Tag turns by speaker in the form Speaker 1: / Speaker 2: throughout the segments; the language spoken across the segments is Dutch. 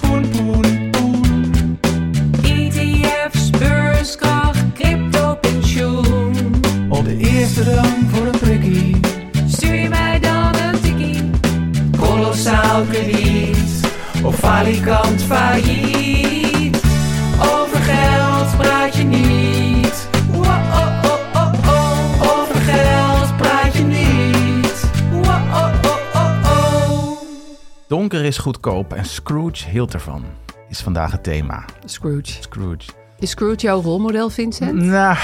Speaker 1: poen, poen, poen. ETF's, beurskracht, crypto, pensioen.
Speaker 2: Op de eerste rang voor een prikkie.
Speaker 1: Stuur je mij dan een tikkie? Kolossaal krediet
Speaker 2: Of
Speaker 1: falikant failliet. Over geld praat je niet. Wa-oh-oh-oh-oh. Over geld praat je niet. Wa-oh-oh-oh-oh.
Speaker 2: Donker is goedkoop en Scrooge hield ervan. Is vandaag het thema.
Speaker 3: Scrooge.
Speaker 2: Scrooge.
Speaker 3: Is Scrooge jouw rolmodel, Vincent?
Speaker 2: Nou,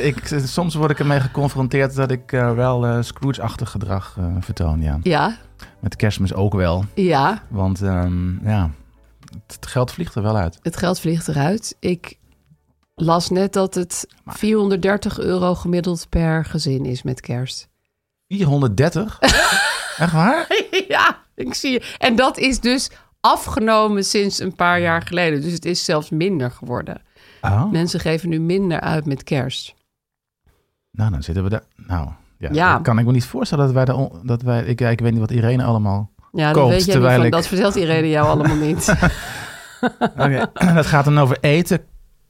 Speaker 2: ik, soms word ik ermee geconfronteerd dat ik eh, wel eh, Scrooge-achtig gedrag eh, vertoon. Ja.
Speaker 3: Ja,
Speaker 2: Met kerstmis ook wel.
Speaker 3: ja.
Speaker 2: Want ehm, ja, het geld vliegt er wel uit.
Speaker 3: Het geld vliegt eruit. Ik las net dat het 430 euro gemiddeld per gezin is met kerst.
Speaker 2: 430? Echt waar?
Speaker 3: ja, ik zie je. En dat is dus afgenomen sinds een paar jaar geleden. Dus het is zelfs minder geworden.
Speaker 2: Oh,
Speaker 3: Mensen geven nu minder uit met kerst.
Speaker 2: nou, dan zitten we daar. Nou, ja,
Speaker 3: Ja.
Speaker 2: dat kan ik me niet voorstellen dat wij... daar on- dat wij ik, ik weet niet wat Irene allemaal...
Speaker 3: Ja, dat
Speaker 2: Koopt,
Speaker 3: weet jij niet
Speaker 2: terwijl
Speaker 3: van.
Speaker 2: ik-
Speaker 3: Dat vertelt iedereen jou allemaal niet.
Speaker 2: Oké, dat gaat dan over eten,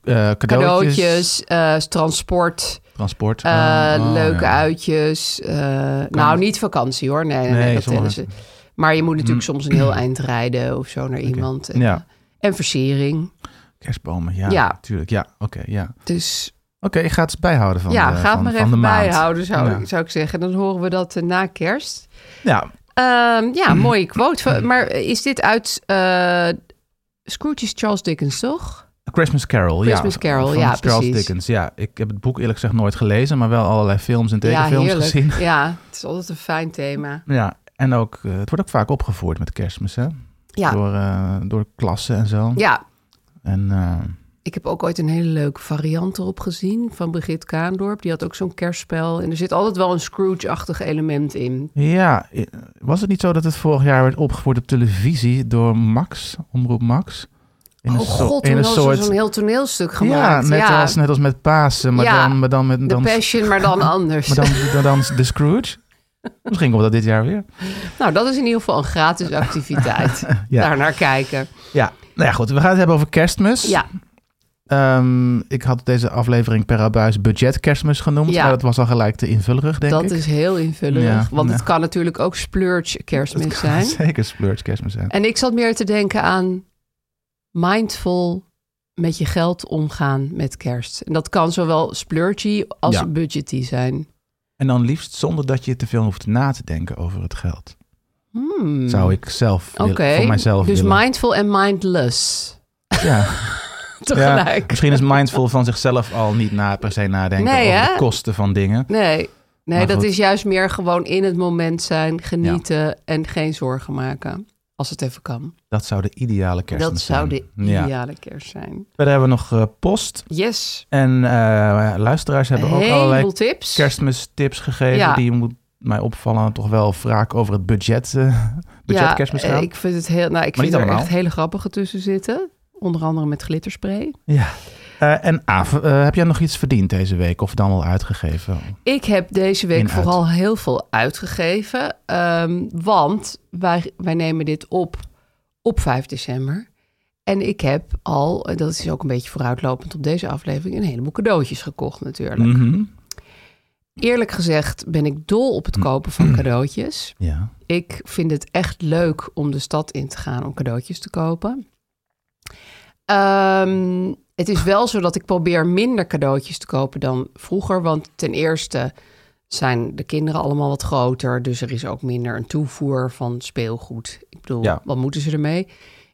Speaker 2: eh, cadeautjes,
Speaker 3: Cadeautjes, eh, transport,
Speaker 2: transport.
Speaker 3: Eh,
Speaker 2: Oh, oh,
Speaker 3: leuke
Speaker 2: ja.
Speaker 3: uitjes. eh, nou, niet vakantie hoor. Nee, nee, nee,
Speaker 2: Nee, Mm.
Speaker 3: dat
Speaker 2: sommige-
Speaker 3: tellen ze. Maar je moet natuurlijk soms een heel eind rijden of zo naar iemand. En,
Speaker 2: Ja.
Speaker 3: en versiering.
Speaker 2: Kerstbomen, ja,
Speaker 3: Ja.
Speaker 2: natuurlijk. Ja, oké, ja. Oké,
Speaker 3: Dus
Speaker 2: ik ga het bijhouden van
Speaker 3: ja,
Speaker 2: de,
Speaker 3: ga het
Speaker 2: van,
Speaker 3: maar
Speaker 2: van
Speaker 3: even
Speaker 2: de maand.
Speaker 3: bijhouden, zou,
Speaker 2: ja.
Speaker 3: zou ik zeggen. Dan horen we dat eh, na kerst.
Speaker 2: Ja,
Speaker 3: Ehm,
Speaker 2: Mm.
Speaker 3: ja, mooie quote. Van- Maar is dit uit eh Scrooge is Charles Dickens, toch?
Speaker 2: A Christmas Carol.
Speaker 3: Christmas
Speaker 2: ja,
Speaker 3: Carol,
Speaker 2: van
Speaker 3: ja,
Speaker 2: Charles
Speaker 3: precies.
Speaker 2: Dickens, ja. Ik heb het boek eerlijk gezegd nooit gelezen, maar wel allerlei films en tekenfilms gezien.
Speaker 3: Ja, het is altijd een fijn thema.
Speaker 2: Ja, en ook, eh, het wordt ook vaak opgevoerd met kerstmis, hè?
Speaker 3: Ja,
Speaker 2: Door, eh, door klassen en zo.
Speaker 3: ja,
Speaker 2: En eh,
Speaker 3: Ik heb ook ooit een hele leuke variant erop gezien van Brigitte Kaandorp. Die had ook zo'n kerstspel. En er zit altijd wel een Scrooge-achtig element in.
Speaker 2: ja, eh, was het niet zo dat het vorig jaar werd opgevoerd op televisie door Max, Omroep Max? In
Speaker 3: oh god, toen hadden ze zo'n heel toneelstuk gemaakt.
Speaker 2: Ja, net,
Speaker 3: ja.
Speaker 2: Als, net als met Pasen, maar
Speaker 3: Ja,
Speaker 2: dan, maar dan met...
Speaker 3: The
Speaker 2: Dan,
Speaker 3: Passion, maar dan anders.
Speaker 2: maar dan, dan, dan de Scrooge. Misschien komt dat dit jaar weer.
Speaker 3: Nou, dat is in ieder geval een gratis activiteit.
Speaker 2: Ja.
Speaker 3: Daar naar kijken.
Speaker 2: Ja, nou ja, goed. We gaan het hebben over kerstmis.
Speaker 3: Ja,
Speaker 2: Ehm, ik had deze aflevering per abuis budget kerstmis genoemd.
Speaker 3: Ja.
Speaker 2: Maar dat was al gelijk te invullerig, denk
Speaker 3: dat
Speaker 2: ik.
Speaker 3: is heel invullig.
Speaker 2: Ja,
Speaker 3: want
Speaker 2: ja.
Speaker 3: het kan natuurlijk ook splurge kerstmis zijn.
Speaker 2: Zeker splurge kerstmis zijn.
Speaker 3: En ik zat meer te denken aan mindful met je geld omgaan met kerst. En dat kan zowel splurgy als
Speaker 2: Ja.
Speaker 3: budgety zijn.
Speaker 2: En dan liefst zonder dat je te veel hoeft na te denken over het geld.
Speaker 3: Hmm.
Speaker 2: Zou ik zelf willen-
Speaker 3: Oké,
Speaker 2: voor mijzelf
Speaker 3: dus
Speaker 2: willen.
Speaker 3: mindful en mindless
Speaker 2: Ja. Ja,
Speaker 3: tegelijk.
Speaker 2: misschien is mindful van zichzelf al niet na, per se nadenken
Speaker 3: Nee,
Speaker 2: over
Speaker 3: hè?
Speaker 2: de kosten van dingen.
Speaker 3: Nee, nee
Speaker 2: Maar
Speaker 3: dat
Speaker 2: goed.
Speaker 3: is juist meer gewoon in het moment zijn, genieten en geen zorgen maken. Als het even kan.
Speaker 2: Dat zou de ideale kerstmis
Speaker 3: dat zou
Speaker 2: zijn.
Speaker 3: de
Speaker 2: Ja.
Speaker 3: ideale kerst zijn.
Speaker 2: Verder hebben we nog eh, post.
Speaker 3: Yes,
Speaker 2: En eh, luisteraars hebben ook
Speaker 3: heleboel
Speaker 2: allerlei
Speaker 3: tips.
Speaker 2: kerstmistips gegeven.
Speaker 3: Ja.
Speaker 2: Die moet mij opvallen. Toch wel vaak over het budget, eh budget
Speaker 3: ja,
Speaker 2: kerstmis
Speaker 3: eh,
Speaker 2: gaan.
Speaker 3: ik vind, het heel, nou, ik
Speaker 2: Maar
Speaker 3: vind
Speaker 2: niet
Speaker 3: er
Speaker 2: allemaal.
Speaker 3: echt hele grappige tussen zitten. Onder andere met glitterspray.
Speaker 2: Ja. Eh, en Aaf, eh, heb jij nog iets verdiend deze week? Of dan wel uitgegeven?
Speaker 3: Ik heb deze week
Speaker 2: In uit.
Speaker 3: vooral heel veel uitgegeven. ehm, want wij, wij nemen dit op op 5 december. En ik heb al, en dat is
Speaker 2: Mm.
Speaker 3: ook een beetje vooruitlopend op deze aflevering, een heleboel cadeautjes gekocht natuurlijk.
Speaker 2: Mhm.
Speaker 3: Eerlijk gezegd ben ik dol op het kopen van cadeautjes.
Speaker 2: Ja.
Speaker 3: Ik vind het echt leuk om de stad in te gaan om cadeautjes te kopen. Ehm, het is wel zo dat ik probeer minder cadeautjes te kopen dan vroeger. Want ten eerste zijn de kinderen allemaal wat groter. Dus er is ook minder een toevoer van speelgoed. Ik bedoel,
Speaker 2: Ja.
Speaker 3: wat moeten ze ermee?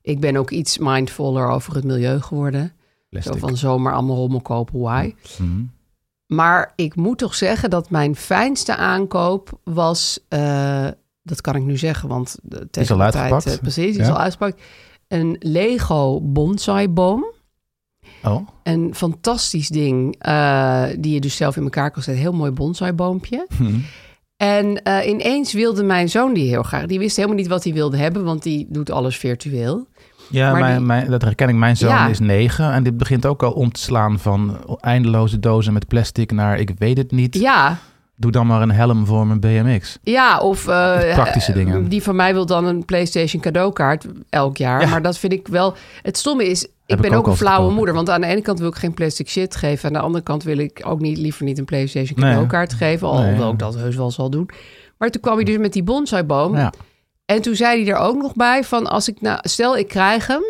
Speaker 3: Ik ben ook iets mindfuller over het milieu geworden. Zo
Speaker 2: Plastic.
Speaker 3: van zomaar allemaal rommel kopen, why?
Speaker 2: Mhm.
Speaker 3: Maar ik moet toch zeggen dat mijn fijnste aankoop was. eh, dat kan ik nu zeggen, want de- tegen
Speaker 2: is al
Speaker 3: de
Speaker 2: uitgepakt.
Speaker 3: eh, precies, die is
Speaker 2: Ja.
Speaker 3: al uitgepakt. Een Lego bonsai boom.
Speaker 2: Oh,
Speaker 3: Een fantastisch ding eh, die je dus zelf in elkaar kan zetten. Heel mooi bonsai boompje.
Speaker 2: Mhm.
Speaker 3: En eh, ineens wilde mijn zoon die heel graag. Die wist helemaal niet wat hij wilde hebben, want die doet alles virtueel.
Speaker 2: Ja,
Speaker 3: Maar
Speaker 2: mijn,
Speaker 3: die-
Speaker 2: mijn, dat herken ik. Mijn zoon
Speaker 3: Ja.
Speaker 2: is negen en dit begint ook al om te slaan van eindeloze dozen met plastic naar ik weet het niet.
Speaker 3: Ja,
Speaker 2: Doe dan maar een helm voor mijn BMX.
Speaker 3: Ja, of eh,
Speaker 2: praktische
Speaker 3: eh,
Speaker 2: dingen.
Speaker 3: Die van mij wil dan een PlayStation cadeaukaart elk jaar. Maar dat vind ik wel. Het stomme is, ik
Speaker 2: Heb
Speaker 3: ben
Speaker 2: ik
Speaker 3: ook
Speaker 2: ook
Speaker 3: een
Speaker 2: al
Speaker 3: flauwe
Speaker 2: verkopen.
Speaker 3: moeder. Want aan de ene kant wil ik geen plastic shit geven. Aan de andere kant wil ik ook niet, liever niet een PlayStation
Speaker 2: Nee.
Speaker 3: cadeaukaart geven.
Speaker 2: Nee.
Speaker 3: Alhoewel ik dat heus wel zal doen. Maar toen kwam hij dus met die bonsaiboom.
Speaker 2: Ja.
Speaker 3: En toen zei hij er ook nog bij van als ik nou, stel ik krijg hem,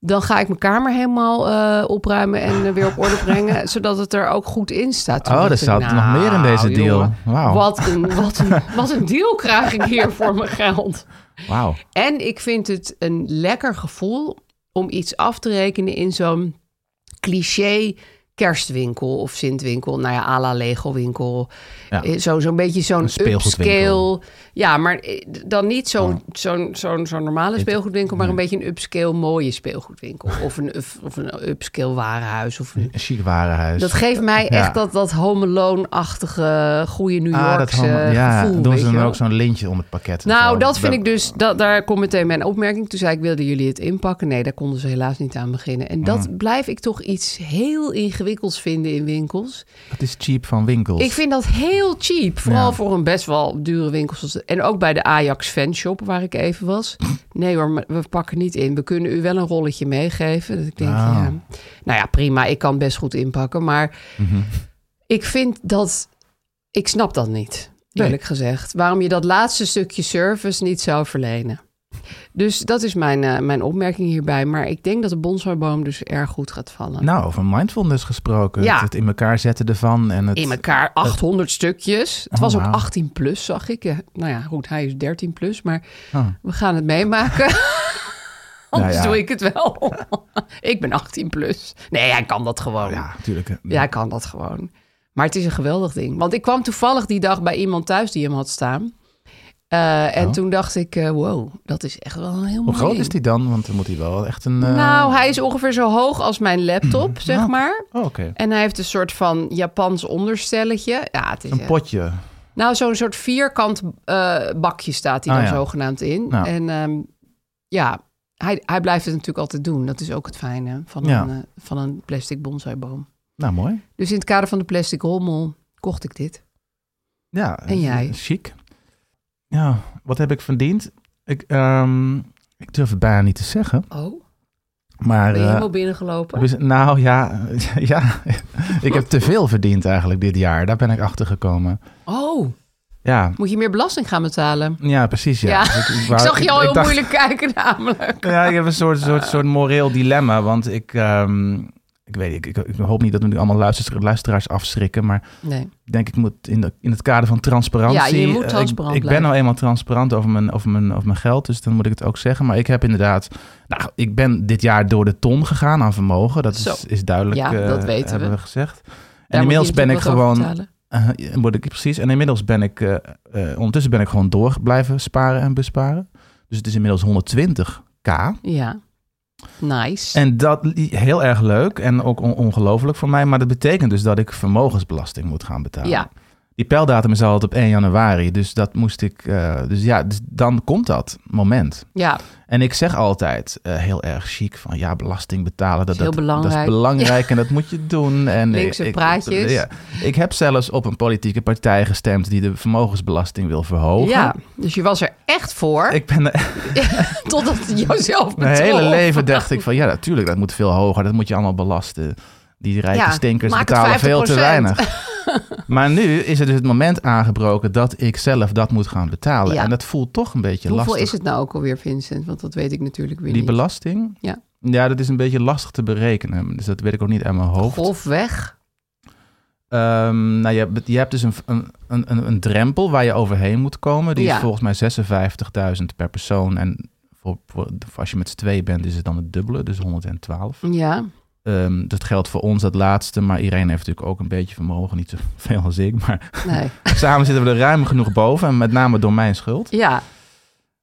Speaker 3: dan ga ik mijn kamer helemaal eh, opruimen en eh, weer op orde brengen, zodat het er ook goed in staat. Toen
Speaker 2: Oh,
Speaker 3: dacht
Speaker 2: er
Speaker 3: ik,
Speaker 2: staat nog meer in deze deal.
Speaker 3: jongen,
Speaker 2: Wauw.
Speaker 3: Wat een, wat, een, wat een deal krijg ik hier voor mijn geld.
Speaker 2: Wauw.
Speaker 3: En ik vind het een lekker gevoel om iets af te rekenen in zo'n cliché kerstwinkel of Sintwinkel. Nou ja, à la Lego winkel.
Speaker 2: Ja.
Speaker 3: Eh, Zo, zo'n beetje zo'n
Speaker 2: Een speelgoedwinkel. Oh.
Speaker 3: upscale. Ja, maar eh, dan niet zo'n zo'n, zo'n, zo'n normale speelgoedwinkel, maar een beetje een upscale mooie speelgoedwinkel. Of een, of, of een upscale warenhuis. Of een-
Speaker 2: Een chic warenhuis.
Speaker 3: Dat geeft mij echt
Speaker 2: Ja.
Speaker 3: dat, dat home Alone-achtige, goede New
Speaker 2: Ah, dat
Speaker 3: Yorkse
Speaker 2: allemaal- ja,
Speaker 3: gevoel.
Speaker 2: doen
Speaker 3: weet
Speaker 2: ze
Speaker 3: je
Speaker 2: dan
Speaker 3: wel.
Speaker 2: ook zo'n lintje om het pakket. en
Speaker 3: Nou,
Speaker 2: zo.
Speaker 3: dat vind ik dus, dat, daar komt meteen mijn opmerking. Toen zei ik, wilden jullie het inpakken? Nee, daar konden ze helaas niet aan beginnen. En dat blijf ik toch iets heel ingewikkelds vinden in winkels.
Speaker 2: Dat is cheap van winkels.
Speaker 3: dus- Ik vind dat heel cheap. Vooral
Speaker 2: Ja.
Speaker 3: voor een best wel dure winkel. zoals de- En ook bij de Ajax fanshop waar ik even was. Nee hoor, maar we pakken niet in. We kunnen u wel een rolletje meegeven. Dat ik denk,
Speaker 2: Ah.
Speaker 3: ja, nou ja, prima. Ik kan best goed inpakken. Maar
Speaker 2: Mhm.
Speaker 3: ik vind dat... Ik snap dat niet,
Speaker 2: Nee.
Speaker 3: eerlijk gezegd. Waarom je dat laatste stukje service niet zou verlenen. Dus dat is mijn, eh, mijn opmerking hierbij. Maar ik denk dat de bonsaiboom dus erg goed gaat vallen.
Speaker 2: Nou, over mindfulness gesproken.
Speaker 3: Ja.
Speaker 2: Het, het in elkaar zetten ervan. En het,
Speaker 3: in elkaar 800 stukjes. Het
Speaker 2: Oh,
Speaker 3: was ook
Speaker 2: wauw.
Speaker 3: 18 plus, zag ik. Eh, Nou ja, goed, hij is 13 plus, maar
Speaker 2: Oh.
Speaker 3: we gaan het meemaken. Anders
Speaker 2: ja.
Speaker 3: doe ik het wel. ik ben 18 plus. Nee, hij kan dat gewoon.
Speaker 2: Ja, natuurlijk. eh,
Speaker 3: Ja, hij kan dat gewoon. Maar het is een geweldig ding. Want ik kwam toevallig die dag bij iemand thuis die hem had staan. Eh, en
Speaker 2: Oh.
Speaker 3: toen dacht ik, eh, wow, dat is echt wel een heel
Speaker 2: Hoe
Speaker 3: mooi
Speaker 2: groot
Speaker 3: ding.
Speaker 2: is die dan? Want dan moet hij wel echt een... eh,
Speaker 3: Nou, hij is ongeveer zo hoog als mijn laptop, zeg
Speaker 2: Nou.
Speaker 3: maar.
Speaker 2: oh, oké.
Speaker 3: En hij heeft een soort van Japans onderstelletje. Ja, het is
Speaker 2: Een
Speaker 3: echt-
Speaker 2: potje.
Speaker 3: Nou, zo'n soort vierkant eh, bakje staat hij
Speaker 2: Ah,
Speaker 3: dan
Speaker 2: ja. Nou.
Speaker 3: zogenaamd in.
Speaker 2: Ja.
Speaker 3: En ehm, ja, hij, hij blijft het natuurlijk altijd doen. Dat is ook het fijne van,
Speaker 2: Ja.
Speaker 3: een, eh, van een plastic bonsaiboom.
Speaker 2: Nou, mooi.
Speaker 3: Dus in het kader van de plastic rommel kocht ik dit.
Speaker 2: Ja. eh,
Speaker 3: En jij?
Speaker 2: Chic. Ja, wat heb ik verdiend? Ik, ehm, ik durf het bijna niet te zeggen.
Speaker 3: Oh,
Speaker 2: Maar...
Speaker 3: ben je
Speaker 2: eh,
Speaker 3: helemaal binnengelopen?
Speaker 2: dus- nou ja, ja, ik heb te veel verdiend eigenlijk dit jaar. Daar ben ik achter gekomen.
Speaker 3: Oh,
Speaker 2: Ja,
Speaker 3: moet je meer belasting gaan betalen?
Speaker 2: ja precies. Ja.
Speaker 3: Ja,
Speaker 2: Dus
Speaker 3: ik
Speaker 2: wou-
Speaker 3: zag je al heel
Speaker 2: dacht-
Speaker 3: moeilijk Ah. kijken namelijk.
Speaker 2: Ja, ik heb een soort, soort, soort moreel dilemma. Want ik, ehm, ik weet niet, ik, ik, ik hoop niet dat we nu allemaal luisteraars, luisteraars afschrikken. Maar
Speaker 3: Nee.
Speaker 2: ik denk, ik moet in, de, in het kader van transparantie.
Speaker 3: Ja, je moet
Speaker 2: eh, ik-
Speaker 3: transparant
Speaker 2: Ik, ben
Speaker 3: blijven.
Speaker 2: nou eenmaal transparant over mijn, over, mijn, over mijn geld. Dus dan moet ik het ook zeggen. Maar ik heb inderdaad. Nou, ik ben dit jaar door de ton gegaan aan vermogen. Dat
Speaker 3: Zo.
Speaker 2: is, is duidelijk.
Speaker 3: Ja,
Speaker 2: eh,
Speaker 3: dat weten we.
Speaker 2: hebben we. gezegd. En
Speaker 3: Daar moet je
Speaker 2: inmiddels ben ik
Speaker 3: natuurlijk wat over
Speaker 2: gewoon.
Speaker 3: betalen.
Speaker 2: eh, word ik, precies. En inmiddels ben ik. eh, eh, ondertussen ben ik gewoon door blijven sparen en besparen. Dus het is inmiddels 120k.
Speaker 3: Ja, nice.
Speaker 2: En dat li- heel erg leuk en ook on- ongelooflijk voor mij. Maar dat betekent dus dat ik vermogensbelasting moet gaan betalen.
Speaker 3: ja,
Speaker 2: Die pijldatum is altijd op 1 januari. Dus dat moest ik. eh, dus ja, dus dan komt dat moment.
Speaker 3: ja,
Speaker 2: En ik zeg altijd eh, heel erg chic van ja, belasting betalen. Dat,
Speaker 3: is heel
Speaker 2: Dat
Speaker 3: belangrijk.
Speaker 2: is belangrijk en dat moet je doen. En eh,
Speaker 3: Linkse
Speaker 2: ik- ik-
Speaker 3: praatjes.
Speaker 2: ja. Ik heb zelfs op een politieke partij gestemd die de vermogensbelasting wil verhogen.
Speaker 3: ja. Dus je was er echt voor.
Speaker 2: Ik ben er
Speaker 3: Totdat het jouzelf betrof.
Speaker 2: Mijn hele leven dacht ik van ja, natuurlijk, dat moet veel hoger. Dat moet je allemaal belasten. Die rijke
Speaker 3: Ja,
Speaker 2: stinkers
Speaker 3: maak het
Speaker 2: betalen veel te
Speaker 3: 50%.
Speaker 2: weinig. Maar nu is er dus het moment aangebroken dat ik zelf dat moet gaan betalen.
Speaker 3: Ja.
Speaker 2: En dat voelt toch een beetje
Speaker 3: Hoeveel
Speaker 2: lastig.
Speaker 3: is het nou ook alweer, Vincent? Want dat weet ik natuurlijk weer
Speaker 2: Die
Speaker 3: niet.
Speaker 2: belasting?
Speaker 3: Ja.
Speaker 2: Ja, dat is een beetje lastig te berekenen. Dus dat weet ik ook niet uit mijn hoofd.
Speaker 3: Golf weg.
Speaker 2: Ehm, nou, je, hebt- je hebt dus een, een, een, een drempel waar je overheen moet komen. Die
Speaker 3: Ja.
Speaker 2: is volgens mij 56.000 per persoon. En voor, voor, voor als je met z'n twee bent, is het dan het dubbele, dus 112.
Speaker 3: Ja.
Speaker 2: Ehm, dat geldt voor ons, dat laatste. Maar iedereen heeft natuurlijk ook een beetje vermogen. Niet zoveel als ik, maar
Speaker 3: Nee.
Speaker 2: samen zitten we er ruim genoeg boven. En met name door mijn schuld.
Speaker 3: Ja.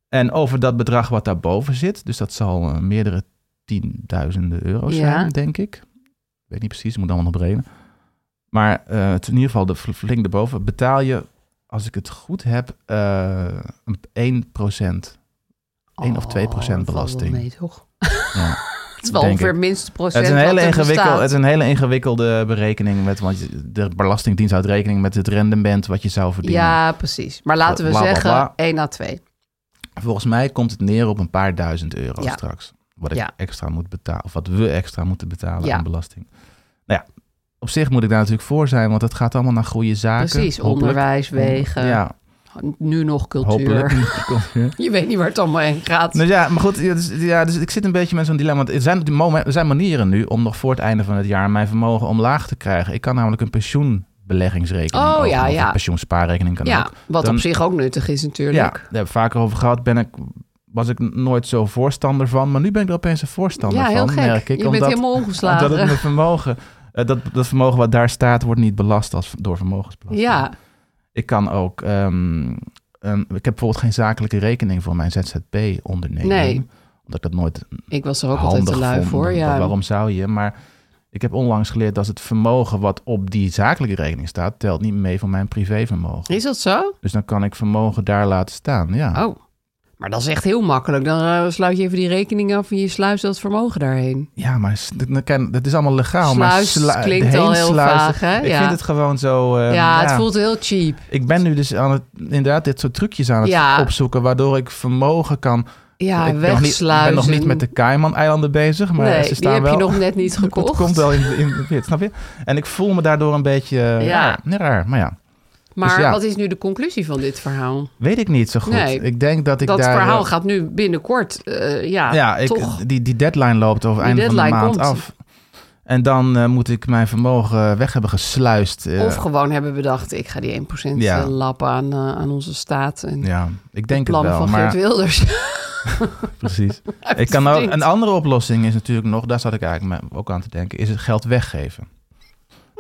Speaker 2: En over dat bedrag wat daarboven zit, dus dat zal eh, meerdere tienduizenden euro's
Speaker 3: Ja.
Speaker 2: zijn, denk ik. Ik weet niet precies, moet allemaal nog berekenen. Maar eh, het, in ieder geval de fl- flink erboven betaal je, als ik het goed heb, eh, een 1%. 1 of 2%
Speaker 3: Oh, dat valt wel
Speaker 2: belasting.
Speaker 3: mee, toch?
Speaker 2: Ja.
Speaker 3: Het is wel
Speaker 2: Denk
Speaker 3: ongeveer
Speaker 2: ik.
Speaker 3: het minste procent
Speaker 2: Het is, een
Speaker 3: wat
Speaker 2: hele
Speaker 3: er
Speaker 2: ingewikkelde,
Speaker 3: bestaat.
Speaker 2: het is een hele ingewikkelde berekening. Met, want je- de Belastingdienst houdt rekening met het rendement wat je zou verdienen.
Speaker 3: Ja, precies. Maar laten we
Speaker 2: Bla, bla,
Speaker 3: zeggen
Speaker 2: bla.
Speaker 3: 1 à 2.
Speaker 2: Volgens mij komt het neer op een paar duizend euro
Speaker 3: Ja.
Speaker 2: straks. Wat ik
Speaker 3: Ja.
Speaker 2: extra moet betalen. Of wat we extra moeten betalen
Speaker 3: Ja.
Speaker 2: aan belasting. Nou ja, op zich moet ik daar natuurlijk voor zijn. Want het gaat allemaal naar goede zaken.
Speaker 3: Precies.
Speaker 2: Hopelijk.
Speaker 3: Onderwijs, wegen,
Speaker 2: Ja,
Speaker 3: nu nog cultuur.
Speaker 2: hopelijk. Cultuur.
Speaker 3: Je weet niet waar het allemaal heen gaat.
Speaker 2: nou ja, maar goed. Ja, dus, ja, dus ik zit een beetje met zo'n dilemma. Want er zijn, op die momen- er zijn manieren nu om nog voor het einde van het jaar mijn vermogen omlaag te krijgen. Ik kan namelijk een pensioenbeleggingsrekening
Speaker 3: Oh,
Speaker 2: openen,
Speaker 3: ja,
Speaker 2: of
Speaker 3: ja.
Speaker 2: een pensioenspaarrekening kan
Speaker 3: ja,
Speaker 2: ook.
Speaker 3: wat
Speaker 2: Dan-
Speaker 3: op zich ook nuttig is
Speaker 2: Ja,
Speaker 3: natuurlijk.
Speaker 2: daar hebben we vaker over gehad. Ben ik, was ik n- nooit zo voorstander van. Maar nu ben ik er opeens een voorstander
Speaker 3: Ja,
Speaker 2: van.
Speaker 3: heel gek.
Speaker 2: merk ik,
Speaker 3: je bent
Speaker 2: omdat,
Speaker 3: helemaal
Speaker 2: omdat het
Speaker 3: ongeslagen.
Speaker 2: mijn vermogen... eh, dat, dat vermogen wat daar staat, wordt niet belast als, door vermogensbelasting.
Speaker 3: Ja,
Speaker 2: Ik kan ook... ehm, ehm, ik heb bijvoorbeeld geen zakelijke rekening voor mijn ZZP-onderneming.
Speaker 3: Nee.
Speaker 2: Omdat ik dat nooit
Speaker 3: ik was er ook altijd
Speaker 2: handig
Speaker 3: te lui
Speaker 2: vond.
Speaker 3: voor.
Speaker 2: Wa-
Speaker 3: Ja.
Speaker 2: Waarom zou je? Maar ik heb onlangs geleerd dat het vermogen wat op die zakelijke rekening staat... telt niet mee voor mijn privévermogen.
Speaker 3: Is dat zo?
Speaker 2: Dus dan kan ik vermogen daar laten staan, ja.
Speaker 3: Oh, maar dat is echt heel makkelijk. Dan eh, sluit je even die rekening af en je sluist dat vermogen daarheen.
Speaker 2: Ja, maar s- dat- dat kan- dat is allemaal legaal. maar
Speaker 3: Sluis klinkt
Speaker 2: heen
Speaker 3: al heel
Speaker 2: sluizen-
Speaker 3: vaag, hè?
Speaker 2: Ik
Speaker 3: Ja.
Speaker 2: vind het gewoon zo... eh,
Speaker 3: ja, het voelt heel cheap.
Speaker 2: Ik ben nu dus aan het, inderdaad dit soort trucjes aan het
Speaker 3: Ja.
Speaker 2: opzoeken... waardoor ik vermogen kan...
Speaker 3: Ja,
Speaker 2: ik ben nog, niet, ik
Speaker 3: wegsluizen.
Speaker 2: ben nog niet met de Cayman-eilanden bezig, maar
Speaker 3: nee,
Speaker 2: ze
Speaker 3: die
Speaker 2: staan
Speaker 3: heb
Speaker 2: wel...
Speaker 3: je nog net niet gekocht.
Speaker 2: Het komt wel in, in, in- snap je? En ik voel me daardoor een beetje eh,
Speaker 3: Ja.
Speaker 2: raar, Nee, raar. Maar ja,
Speaker 3: Maar
Speaker 2: dus ja.
Speaker 3: wat is nu de conclusie van dit verhaal?
Speaker 2: weet ik niet zo goed.
Speaker 3: Nee,
Speaker 2: ik denk dat ik
Speaker 3: dat
Speaker 2: daar...
Speaker 3: verhaal
Speaker 2: eh,
Speaker 3: gaat nu binnenkort, eh, ja,
Speaker 2: Ja, ik,
Speaker 3: toch.
Speaker 2: Die, die deadline loopt over het
Speaker 3: Die
Speaker 2: einde van de
Speaker 3: deadline
Speaker 2: maand
Speaker 3: komt.
Speaker 2: af. En dan eh, moet ik mijn vermogen weg hebben gesluist. eh,
Speaker 3: Of gewoon hebben bedacht, ik ga die 1%
Speaker 2: Ja.
Speaker 3: eh, lappen aan, eh, aan onze staat. En
Speaker 2: Ja, ik denk het
Speaker 3: plannen
Speaker 2: wel.
Speaker 3: van
Speaker 2: maar
Speaker 3: Geert Wilders.
Speaker 2: precies. ik kan ook,
Speaker 3: verdient.
Speaker 2: een andere oplossing is natuurlijk nog, daar zat ik eigenlijk me ook aan te denken, is het geld weggeven.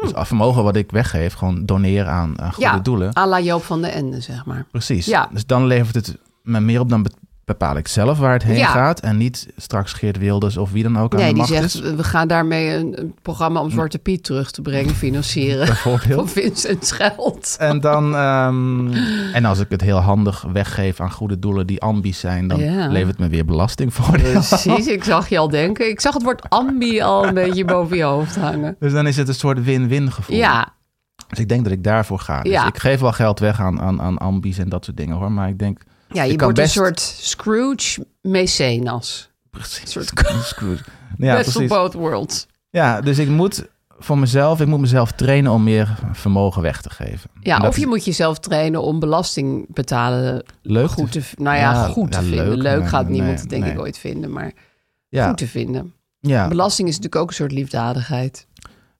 Speaker 2: Dus af vermogen wat ik weggeef, gewoon doneren aan, aan goede
Speaker 3: Hm. ja,
Speaker 2: doelen.
Speaker 3: à la Joop van de Ende, zeg maar.
Speaker 2: Precies.
Speaker 3: Ja.
Speaker 2: Dus dan levert het me meer op dan be- bepaal ik zelf waar het heen
Speaker 3: Ja.
Speaker 2: gaat. En niet straks Geert Wilders of wie dan ook aan
Speaker 3: Nee,
Speaker 2: de
Speaker 3: die
Speaker 2: macht
Speaker 3: zegt,
Speaker 2: is.
Speaker 3: eh, we gaan daarmee een, een programma om Zwarte Piet terug te brengen financieren.
Speaker 2: Bijvoorbeeld.
Speaker 3: Van Vincent Scheld.
Speaker 2: En dan, ehm, en als ik het heel handig weggeef aan goede doelen die ambies zijn, dan
Speaker 3: Ja. Dus-
Speaker 2: levert het me weer belastingvoordeel.
Speaker 3: Precies, ik zag je al denken. Ik zag het woord ambi al een beetje boven je hoofd hangen.
Speaker 2: Dus dan is het een soort win-win gevoel.
Speaker 3: Ja,
Speaker 2: Dus ik denk dat ik daarvoor ga. Dus
Speaker 3: Ja.
Speaker 2: ik geef wel geld weg aan, aan, aan ambies en dat soort dingen hoor. Maar ik denk.
Speaker 3: ja je
Speaker 2: Ik kan
Speaker 3: wordt
Speaker 2: best-
Speaker 3: een soort Scrooge mecenas.
Speaker 2: Precies.
Speaker 3: soort-
Speaker 2: Scrooge. Ja,
Speaker 3: Best of
Speaker 2: precies.
Speaker 3: both worlds.
Speaker 2: Ja, dus ik moet voor mezelf, ik moet mezelf trainen om meer vermogen weg te geven. En
Speaker 3: Ja,
Speaker 2: dat
Speaker 3: of je
Speaker 2: is
Speaker 3: moet jezelf trainen om belasting betalen
Speaker 2: leuk
Speaker 3: goed
Speaker 2: te-
Speaker 3: te, nou ja,
Speaker 2: Ja,
Speaker 3: goed te
Speaker 2: ja,
Speaker 3: vinden.
Speaker 2: leuk,
Speaker 3: Leuk,
Speaker 2: nee,
Speaker 3: gaat
Speaker 2: nee,
Speaker 3: niemand het denk
Speaker 2: nee.
Speaker 3: ik ooit vinden, maar
Speaker 2: ja,
Speaker 3: goed te vinden.
Speaker 2: ja.
Speaker 3: Belasting is natuurlijk ook een soort liefdadigheid.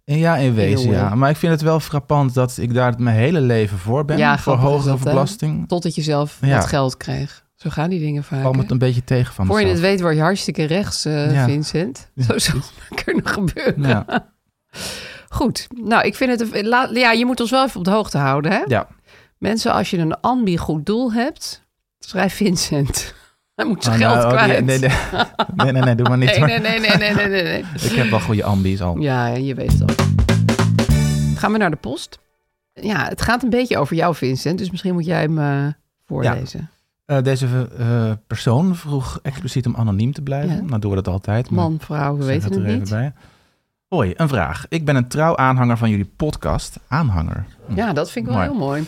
Speaker 2: En ja, in wezen
Speaker 3: Anyway.
Speaker 2: ja. Maar ik vind het wel frappant dat ik daar mijn hele leven voor ben.
Speaker 3: Ja,
Speaker 2: voor
Speaker 3: grappig is
Speaker 2: hogere
Speaker 3: dat, hè?
Speaker 2: belasting.
Speaker 3: Totdat je zelf
Speaker 2: Ja.
Speaker 3: wat geld kreeg. Zo gaan die dingen vaak.
Speaker 2: kwam
Speaker 3: hè?
Speaker 2: het een beetje tegen van
Speaker 3: Voor je het
Speaker 2: mezelf.
Speaker 3: weet word je hartstikke rechts, eh,
Speaker 2: Ja.
Speaker 3: Vincent. Zo zou het kunnen gebeuren.
Speaker 2: Ja,
Speaker 3: Goed. Nou, ik vind het... la- Ja, je moet ons wel even op de hoogte houden, hè?
Speaker 2: ja.
Speaker 3: Mensen, als je een ambi goed doel hebt, schrijf Vincent. Hij moet zijn
Speaker 2: Oh,
Speaker 3: geld
Speaker 2: nou, oh, die-
Speaker 3: kwijt.
Speaker 2: nee, nee, nee, nee, nee, doe maar niet.
Speaker 3: Nee,
Speaker 2: hoor.
Speaker 3: nee, nee, nee, nee, nee, nee, nee.
Speaker 2: Ik heb wel goede ambies al.
Speaker 3: Ja, je weet het al. Gaan we naar de post? Ja, het gaat een beetje over jou, Vincent. Dus misschien moet jij hem eh, voorlezen.
Speaker 2: Eh, deze eh, persoon vroeg expliciet om anoniem te blijven.
Speaker 3: Ja.
Speaker 2: Nou doen we dat altijd. maar
Speaker 3: Man, vrouw, we
Speaker 2: ik zeg
Speaker 3: weten
Speaker 2: er
Speaker 3: het
Speaker 2: even
Speaker 3: niet.
Speaker 2: bij. Hoi, een vraag. Ik ben een trouw aanhanger van jullie podcast. Aanhanger. Hm.
Speaker 3: Ja, dat vind ik wel
Speaker 2: Mooi.
Speaker 3: heel mooi.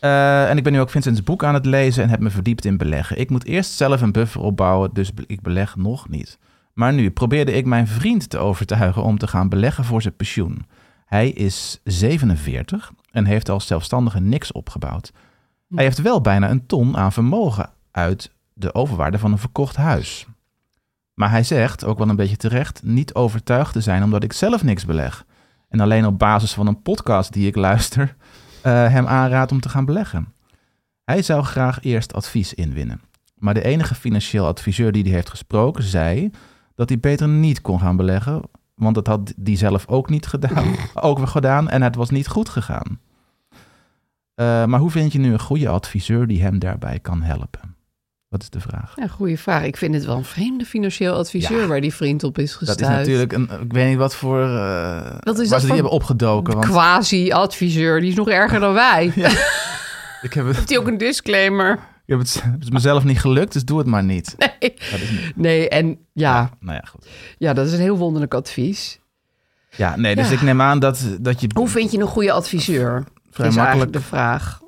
Speaker 2: Eh, en ik ben nu ook Vincent's boek aan het lezen en heb me verdiept in beleggen. Ik moet eerst zelf een buffer opbouwen, dus be- ik beleg nog niet. Maar nu probeerde ik mijn vriend te overtuigen om te gaan beleggen voor zijn pensioen. Hij is 47 en heeft als zelfstandige niks opgebouwd. Hij heeft wel bijna een ton aan vermogen uit de overwaarde van een verkocht huis. Maar hij zegt, ook wel een beetje terecht, niet overtuigd te zijn omdat ik zelf niks beleg. En alleen op basis van een podcast die ik luister, eh, hem aanraadt om te gaan beleggen. Hij zou graag eerst advies inwinnen. Maar de enige financieel adviseur die hij heeft gesproken zei dat hij beter niet kon gaan beleggen, want dat had die zelf ook niet gedaan, ook weer gedaan en het was niet goed gegaan. Eh, maar hoe vind je nu een goede adviseur die hem daarbij kan helpen? Dat is de vraag.
Speaker 3: Ja, goede vraag. Ik vind het wel een vreemde financieel adviseur
Speaker 2: Ja.
Speaker 3: waar die vriend op is
Speaker 2: Dat
Speaker 3: gestuurd.
Speaker 2: is natuurlijk een, ik weet niet wat voor eh
Speaker 3: Dus Wat is
Speaker 2: waar
Speaker 3: dat
Speaker 2: ze
Speaker 3: voor
Speaker 2: die hebben opgedoken. Want
Speaker 3: Quasi-adviseur, die is nog erger dan wij.
Speaker 2: ik, heb het,
Speaker 3: Heeft hij ook een disclaimer?
Speaker 2: ik heb het, het is mezelf niet gelukt, dus doe het maar niet.
Speaker 3: Nee, nee en ja,
Speaker 2: Nou ja, goed.
Speaker 3: ja, dat is een heel wonderlijk advies.
Speaker 2: Ja, nee, dus
Speaker 3: Ja.
Speaker 2: ik neem aan dat, dat je...
Speaker 3: Hoe vind je een goede adviseur?
Speaker 2: Vrij
Speaker 3: is
Speaker 2: makkelijk.
Speaker 3: eigenlijk de vraag.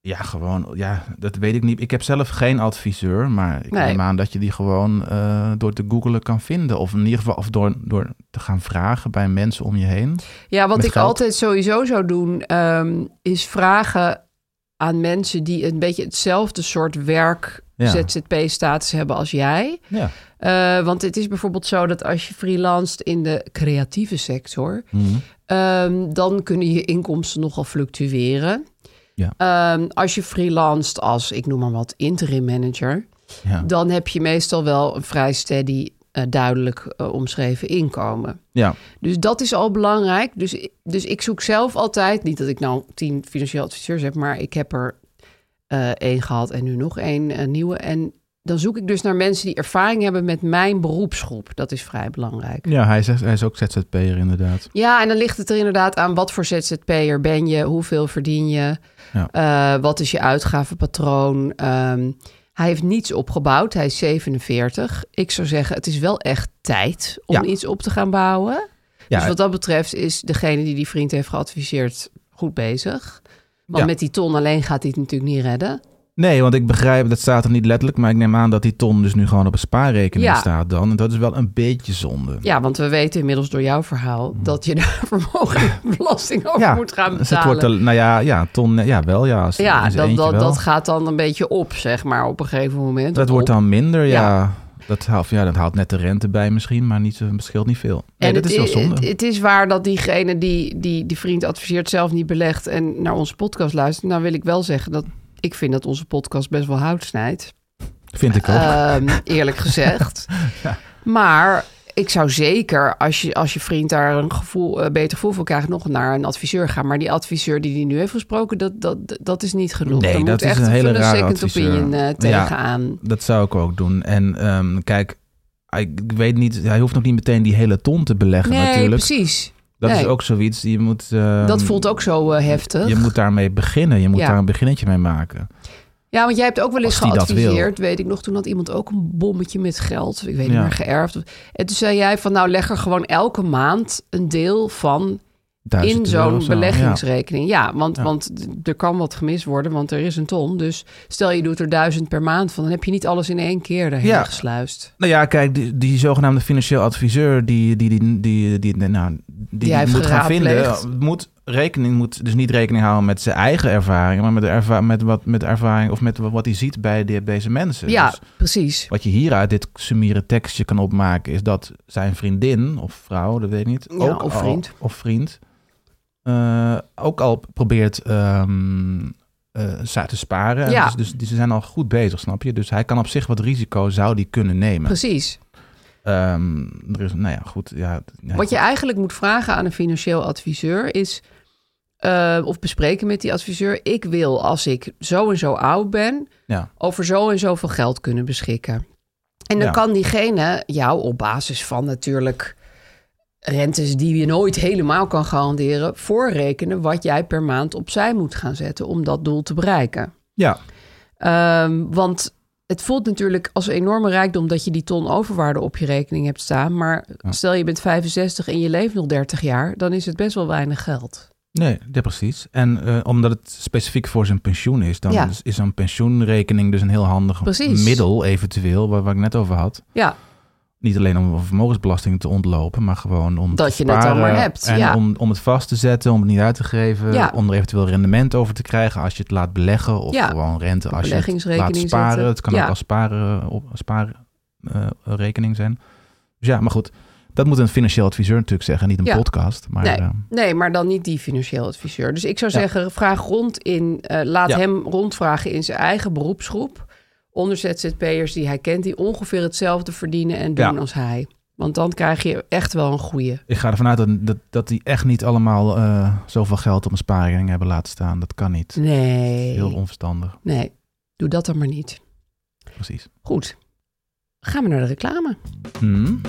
Speaker 2: Ja, gewoon, ja, dat weet ik niet. Ik heb zelf geen adviseur, maar ik
Speaker 3: Nee.
Speaker 2: neem aan dat je die gewoon eh, door te googlen kan vinden. Of in ieder geval of door, door te gaan vragen bij mensen om je heen.
Speaker 3: Ja, wat
Speaker 2: Met
Speaker 3: ik
Speaker 2: geld.
Speaker 3: altijd sowieso zou doen, ehm, is vragen aan mensen die een beetje hetzelfde soort werk
Speaker 2: Ja.
Speaker 3: ZZP-status hebben als jij.
Speaker 2: Ja.
Speaker 3: Eh, want het is bijvoorbeeld zo dat als je freelanced in de creatieve sector,
Speaker 2: Mhm.
Speaker 3: ehm, dan kunnen je inkomsten nogal fluctueren.
Speaker 2: Ja.
Speaker 3: Ehm, als je freelanced als, ik noem maar wat, interim manager,
Speaker 2: Ja.
Speaker 3: dan heb je meestal wel een vrij steady, eh, duidelijk eh, omschreven inkomen.
Speaker 2: ja.
Speaker 3: Dus dat is al belangrijk. Dus, i- dus ik zoek zelf altijd, niet dat ik nou tien financieel adviseurs heb, maar ik heb er eh, één gehad en nu nog één eh, nieuwe. En dan zoek ik dus naar mensen die ervaring hebben met mijn beroepsgroep. Dat is vrij belangrijk.
Speaker 2: Ja, hij is, hij is ook ZZP'er inderdaad.
Speaker 3: Ja, en dan ligt het er inderdaad aan wat voor ZZP'er ben je, hoeveel verdien je,
Speaker 2: Ja.
Speaker 3: eh, wat is je uitgavenpatroon. Ehm, hij heeft niets opgebouwd, hij is 47. Ik zou zeggen, het is wel echt tijd om
Speaker 2: Ja.
Speaker 3: iets op te gaan bouwen.
Speaker 2: Ja,
Speaker 3: dus wat dat betreft is degene die die vriend heeft geadviseerd goed bezig. Want
Speaker 2: Ja.
Speaker 3: met die ton alleen gaat hij het natuurlijk niet redden.
Speaker 2: Nee, want ik begrijp, dat staat er niet letterlijk, maar ik neem aan dat die ton dus nu gewoon op een spaarrekening
Speaker 3: Ja.
Speaker 2: staat dan. En dat is wel een beetje zonde.
Speaker 3: Ja, want we weten inmiddels door jouw verhaal dat je daar vermogenbelasting over moet gaan
Speaker 2: dus het
Speaker 3: betalen.
Speaker 2: wordt, al- nou ja, ja, ton, ja, wel ja. als-
Speaker 3: Ja,
Speaker 2: in zijn
Speaker 3: dat,
Speaker 2: eentje
Speaker 3: dat,
Speaker 2: wel.
Speaker 3: dat gaat dan een beetje op, zeg maar, op een gegeven moment.
Speaker 2: Dat
Speaker 3: Op.
Speaker 2: wordt dan minder, ja. Dat, haalt, ja, dat haalt net de rente bij misschien, maar niet, zo- scheelt niet veel. Nee,
Speaker 3: en
Speaker 2: dat is
Speaker 3: het,
Speaker 2: wel zonde.
Speaker 3: Het, het is waar dat diegene die, die die vriend adviseert zelf niet belegt en naar onze podcast luistert. Nou wil ik wel zeggen dat ik vind dat onze podcast best wel hout snijdt.
Speaker 2: Vind ik ook.
Speaker 3: Ehm, eerlijk gezegd. Maar ik zou zeker, als je, als je vriend daar een gevoel, eh, beter gevoel voor krijgt, nog naar een adviseur gaan. Maar die adviseur die die nu heeft gesproken, dat, dat, dat is niet genoeg.
Speaker 2: Nee,
Speaker 3: Dan
Speaker 2: dat
Speaker 3: moet
Speaker 2: is
Speaker 3: echt
Speaker 2: een hele
Speaker 3: full
Speaker 2: rare
Speaker 3: second
Speaker 2: adviseur.
Speaker 3: opinion eh,
Speaker 2: Ja.
Speaker 3: tegenaan.
Speaker 2: dat zou ik ook doen. En ehm, kijk, ik ik weet niet, hij hoeft nog niet meteen die hele ton te beleggen
Speaker 3: Nee,
Speaker 2: natuurlijk.
Speaker 3: precies.
Speaker 2: Dat is
Speaker 3: Nee.
Speaker 2: ook zoiets, je moet... ehm,
Speaker 3: dat voelt ook zo eh, heftig.
Speaker 2: Je moet daarmee beginnen, je moet
Speaker 3: Ja.
Speaker 2: daar een beginnetje mee maken.
Speaker 3: Ja, want jij hebt ook wel eens
Speaker 2: Als die dat wil.
Speaker 3: geadviseerd, weet ik nog. Toen had iemand ook een bommetje met geld, ik weet niet
Speaker 2: Ja.
Speaker 3: meer, geërfd. En toen zei jij van, nou leg er gewoon elke maand een deel van
Speaker 2: Duizend
Speaker 3: in
Speaker 2: euro of
Speaker 3: zo'n
Speaker 2: zo, ja.
Speaker 3: beleggingsrekening. Ja, want,
Speaker 2: Ja.
Speaker 3: want d- er kan wat gemist worden, want er is een ton. Dus stel je doet er duizend per maand van, dan heb je niet alles in één keer erheen
Speaker 2: Ja.
Speaker 3: gesluist.
Speaker 2: Nou ja, kijk, die, die zogenaamde financieel adviseur die die, die, die, die, die- nou, die, die
Speaker 3: hij heeft
Speaker 2: moet gaan
Speaker 3: geraadpleegd.
Speaker 2: vinden, moet, rekening, moet dus niet rekening houden met zijn eigen ervaring, maar met, de erva met, wat, met de ervaring of met wat hij ziet bij de, deze mensen.
Speaker 3: Ja,
Speaker 2: Dus
Speaker 3: precies.
Speaker 2: wat je hier uit dit summere tekstje kan opmaken, is dat zijn vriendin of vrouw, dat weet ik niet,
Speaker 3: Ja,
Speaker 2: ook
Speaker 3: of
Speaker 2: al-
Speaker 3: vriend.
Speaker 2: of vriend eh, ook al probeert ehm eh, sa- te sparen. En
Speaker 3: Ja.
Speaker 2: Dus, dus, die- ze zijn al goed bezig, snap je? Dus hij kan op zich wat risico, zou die kunnen nemen.
Speaker 3: Precies.
Speaker 2: Ehm, er is, nou ja, goed. Ja, d- ja,
Speaker 3: Wat je
Speaker 2: goed.
Speaker 3: eigenlijk moet vragen aan een financieel adviseur is. eh, of bespreken met die adviseur. Ik wil, als ik zo en zo oud ben,
Speaker 2: Ja.
Speaker 3: over zo en zoveel geld kunnen beschikken. En dan
Speaker 2: Ja.
Speaker 3: kan diegene jou op basis van natuurlijk rentes die je nooit helemaal kan garanderen, voorrekenen wat jij per maand opzij moet gaan zetten om dat doel te bereiken.
Speaker 2: Ja,
Speaker 3: Ehm, want het voelt natuurlijk als een enorme rijkdom dat je die ton overwaarde op je rekening hebt staan. Maar stel je bent 65 en je leeft nog 30 jaar, dan is het best wel weinig geld.
Speaker 2: nee, ja, precies. En eh, omdat het specifiek voor zijn pensioen is, dan
Speaker 3: Ja.
Speaker 2: is- is zo'n pensioenrekening dus een heel handig
Speaker 3: Precies.
Speaker 2: middel, eventueel, waar, waar ik net over had.
Speaker 3: Ja,
Speaker 2: Niet alleen om vermogensbelasting te ontlopen, maar gewoon om
Speaker 3: Dat
Speaker 2: te
Speaker 3: je het
Speaker 2: sparen
Speaker 3: allemaal hebt,
Speaker 2: En
Speaker 3: ja.
Speaker 2: om, om het vast te zetten, om het niet uit te geven.
Speaker 3: Ja.
Speaker 2: Om er eventueel rendement over te krijgen als je het laat beleggen. Of
Speaker 3: Ja.
Speaker 2: gewoon rente als je het laat
Speaker 3: beleggingsrekening
Speaker 2: sparen.
Speaker 3: zetten.
Speaker 2: Het kan
Speaker 3: Ja.
Speaker 2: ook als sparen, op, spaarrekening zijn. Dus ja, maar goed. Dat moet een financieel adviseur natuurlijk zeggen. Niet een
Speaker 3: Ja.
Speaker 2: podcast. Maar
Speaker 3: Nee.
Speaker 2: eh,
Speaker 3: Nee, maar dan niet die financieel adviseur. Dus ik zou
Speaker 2: Ja.
Speaker 3: zeggen, vraag rond in, eh, laat
Speaker 2: Ja.
Speaker 3: hem rondvragen in zijn eigen beroepsgroep. Onder ZZP'ers die hij kent, die ongeveer hetzelfde verdienen en doen
Speaker 2: Ja.
Speaker 3: als hij. Want dan krijg je echt wel een goede.
Speaker 2: ik ga ervan uit dat, dat, dat die echt niet allemaal eh, zoveel geld op een spaarrekening hebben laten staan. Dat kan niet. Heel
Speaker 3: Nee,
Speaker 2: onverstandig.
Speaker 3: nee, doe dat dan maar niet.
Speaker 2: Precies.
Speaker 3: Goed, gaan we naar de reclame.
Speaker 2: Hmm.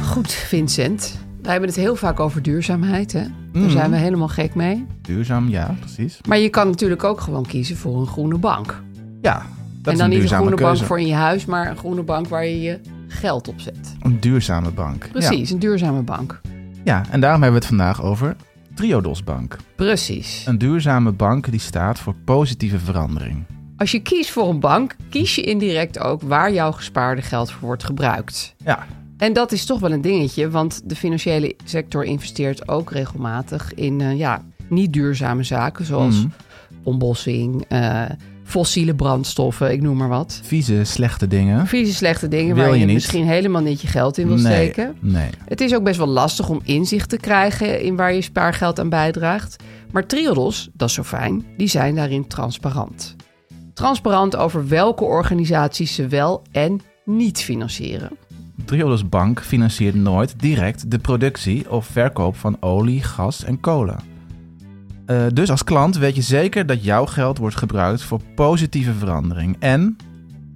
Speaker 3: Goed, Vincent. We hebben het heel vaak over duurzaamheid, hè? Daar
Speaker 2: Mhm.
Speaker 3: zijn we helemaal gek mee.
Speaker 2: Duurzaam, ja, precies.
Speaker 3: Maar je kan natuurlijk ook gewoon kiezen voor een groene bank.
Speaker 2: Ja, dat
Speaker 3: en
Speaker 2: is
Speaker 3: dan
Speaker 2: een
Speaker 3: niet een
Speaker 2: duurzame
Speaker 3: groene
Speaker 2: keuze.
Speaker 3: bank voor in je huis, maar een groene bank waar je je geld op zet.
Speaker 2: Een duurzame bank.
Speaker 3: Precies, een duurzame bank.
Speaker 2: Ja. ja, en daarom hebben we het vandaag over Triodos Bank.
Speaker 3: Precies.
Speaker 2: Een duurzame bank die staat voor positieve verandering.
Speaker 3: Als je kiest voor een bank, kies je indirect ook waar jouw gespaarde geld voor wordt gebruikt.
Speaker 2: Ja,
Speaker 3: En dat is toch wel een dingetje, want de financiële sector investeert ook regelmatig in eh, ja, niet duurzame zaken, zoals
Speaker 2: Mm.
Speaker 3: ontbossing, eh, fossiele brandstoffen, ik noem maar wat.
Speaker 2: vieze, slechte dingen.
Speaker 3: Vieze slechte dingen
Speaker 2: Wil
Speaker 3: waar
Speaker 2: je
Speaker 3: je,
Speaker 2: niet.
Speaker 3: misschien helemaal niet je geld in wil
Speaker 2: nee,
Speaker 3: steken.
Speaker 2: nee.
Speaker 3: Het is ook best wel lastig om inzicht te krijgen in waar je spaargeld aan bijdraagt. Maar Triodos, dat is zo fijn, die zijn daarin transparant. Transparant over welke organisaties ze wel en niet financieren.
Speaker 2: Triodos Bank financiert nooit direct de productie of verkoop van olie, gas en kolen. Eh, dus als klant weet je zeker dat jouw geld wordt gebruikt voor positieve verandering. En,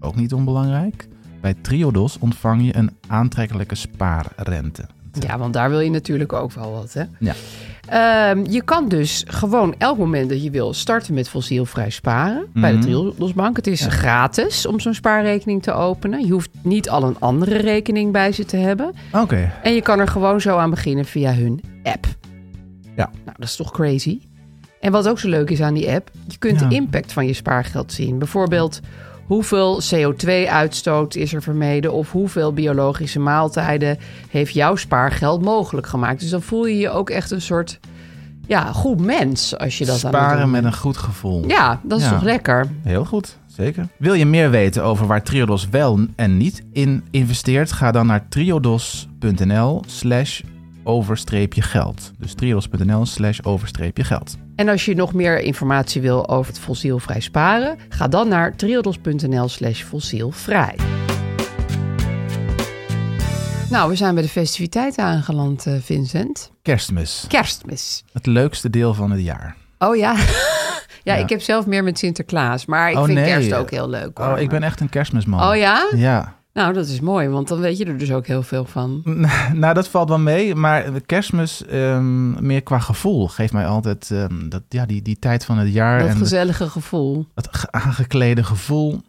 Speaker 2: ook niet onbelangrijk, bij Triodos ontvang je een aantrekkelijke spaarrente.
Speaker 3: Ja, want daar wil je natuurlijk ook wel wat, hè?
Speaker 2: Ja.
Speaker 3: Ehm, je kan dus gewoon elk moment dat je wil starten met fossielvrij sparen bij de
Speaker 2: Mhm.
Speaker 3: Triodos Bank. Het is gratis om zo'n spaarrekening te openen. Je hoeft niet al een andere rekening bij ze te hebben.
Speaker 2: Oké,
Speaker 3: En je kan er gewoon zo aan beginnen via hun app.
Speaker 2: Ja.
Speaker 3: Nou, dat is toch crazy? En wat ook zo leuk is aan die app, je kunt
Speaker 2: Ja.
Speaker 3: de impact van je spaargeld zien. Bijvoorbeeld, hoeveel CO2-uitstoot is er vermeden? Of hoeveel biologische maaltijden heeft jouw spaargeld mogelijk gemaakt? Dus dan voel je je ook echt een soort ja, goed mens als je dat aan het
Speaker 2: sparen
Speaker 3: doen
Speaker 2: met een
Speaker 3: bent.
Speaker 2: goed gevoel.
Speaker 3: Ja, dat is
Speaker 2: Ja.
Speaker 3: toch lekker?
Speaker 2: Heel goed, zeker. Wil je meer weten over waar Triodos wel en niet in investeert? Ga dan naar triodos.nl slash overstreepje geld. Dus triodos.nl slash overstreepje geld.
Speaker 3: En als je nog meer informatie wil over het fossielvrij sparen, ga dan naar triodos.nl slash fossielvrij. Nou, we zijn bij de festiviteiten aangeland, eh, Vincent.
Speaker 2: Kerstmis,
Speaker 3: Kerstmis.
Speaker 2: het leukste deel van het jaar.
Speaker 3: Oh ja. ja,
Speaker 2: Ja.
Speaker 3: ik heb zelf meer met Sinterklaas, maar ik
Speaker 2: Oh,
Speaker 3: vind
Speaker 2: nee.
Speaker 3: kerst ook heel leuk. hoor.
Speaker 2: Oh, ik ben echt een kerstmisman.
Speaker 3: Oh ja?
Speaker 2: Ja.
Speaker 3: Nou, dat is mooi, want dan weet je er dus ook heel veel van.
Speaker 2: Nou, dat valt wel mee, maar kerstmis ehm, meer qua gevoel geeft mij altijd ehm, dat, ja, die, die tijd van het jaar.
Speaker 3: Dat
Speaker 2: en de-
Speaker 3: gezellige gevoel.
Speaker 2: dat ge- aangeklede gevoel.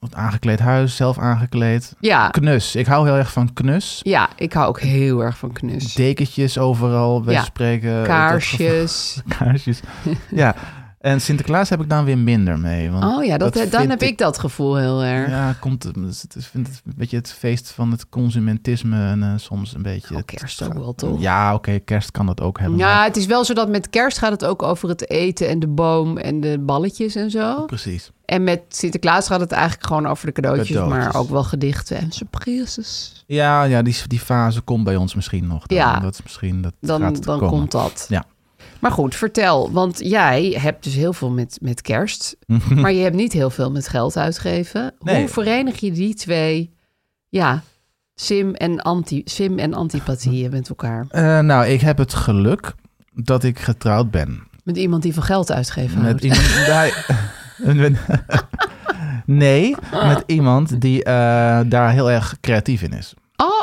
Speaker 2: Het aangekleed huis, zelf aangekleed.
Speaker 3: Ja,
Speaker 2: Knus. Ik hou heel erg van knus.
Speaker 3: ja, ik hou ook heel erg van knus.
Speaker 2: Dekentjes overal, wij
Speaker 3: Ja.
Speaker 2: spreken. dat gevoel-
Speaker 3: Kaarsjes.
Speaker 2: Kaarsjes. ja. En Sinterklaas heb ik dan weer minder mee. Want
Speaker 3: Oh ja, dat, dan
Speaker 2: vind
Speaker 3: heb ik dat gevoel heel erg.
Speaker 2: Ja, komt, dus het is- vind het een beetje het feest van het consumentisme en eh, soms een beetje...
Speaker 3: Oh,
Speaker 2: het-
Speaker 3: kerst ook wel, toch?
Speaker 2: Ja, oké, kerst kan dat ook hebben.
Speaker 3: Ja,
Speaker 2: maar-
Speaker 3: het is wel zo dat met kerst gaat het ook over het eten en de boom en de balletjes en zo.
Speaker 2: Precies.
Speaker 3: En met Sinterklaas gaat het eigenlijk gewoon over de cadeautjes,
Speaker 2: Cadeautjes.
Speaker 3: maar ook wel gedichten en surprises.
Speaker 2: Ja, ja die, die fase komt bij ons misschien nog. Dan.
Speaker 3: Ja.
Speaker 2: Dat is misschien, dat
Speaker 3: Dan,
Speaker 2: gaat
Speaker 3: dan
Speaker 2: komen.
Speaker 3: komt dat.
Speaker 2: Ja.
Speaker 3: Maar goed, vertel, want jij hebt dus heel veel met, met kerst, maar je hebt niet heel veel met geld uitgeven.
Speaker 2: Nee.
Speaker 3: Hoe verenig je die twee, ja, sim en, anti, sim en antipathieën met elkaar?
Speaker 2: Eh, nou, ik heb het geluk dat ik getrouwd ben.
Speaker 3: Met iemand die van geld uitgeven
Speaker 2: Met
Speaker 3: houdt.
Speaker 2: iemand daar. met- nee, met iemand die eh, daar heel erg creatief in is.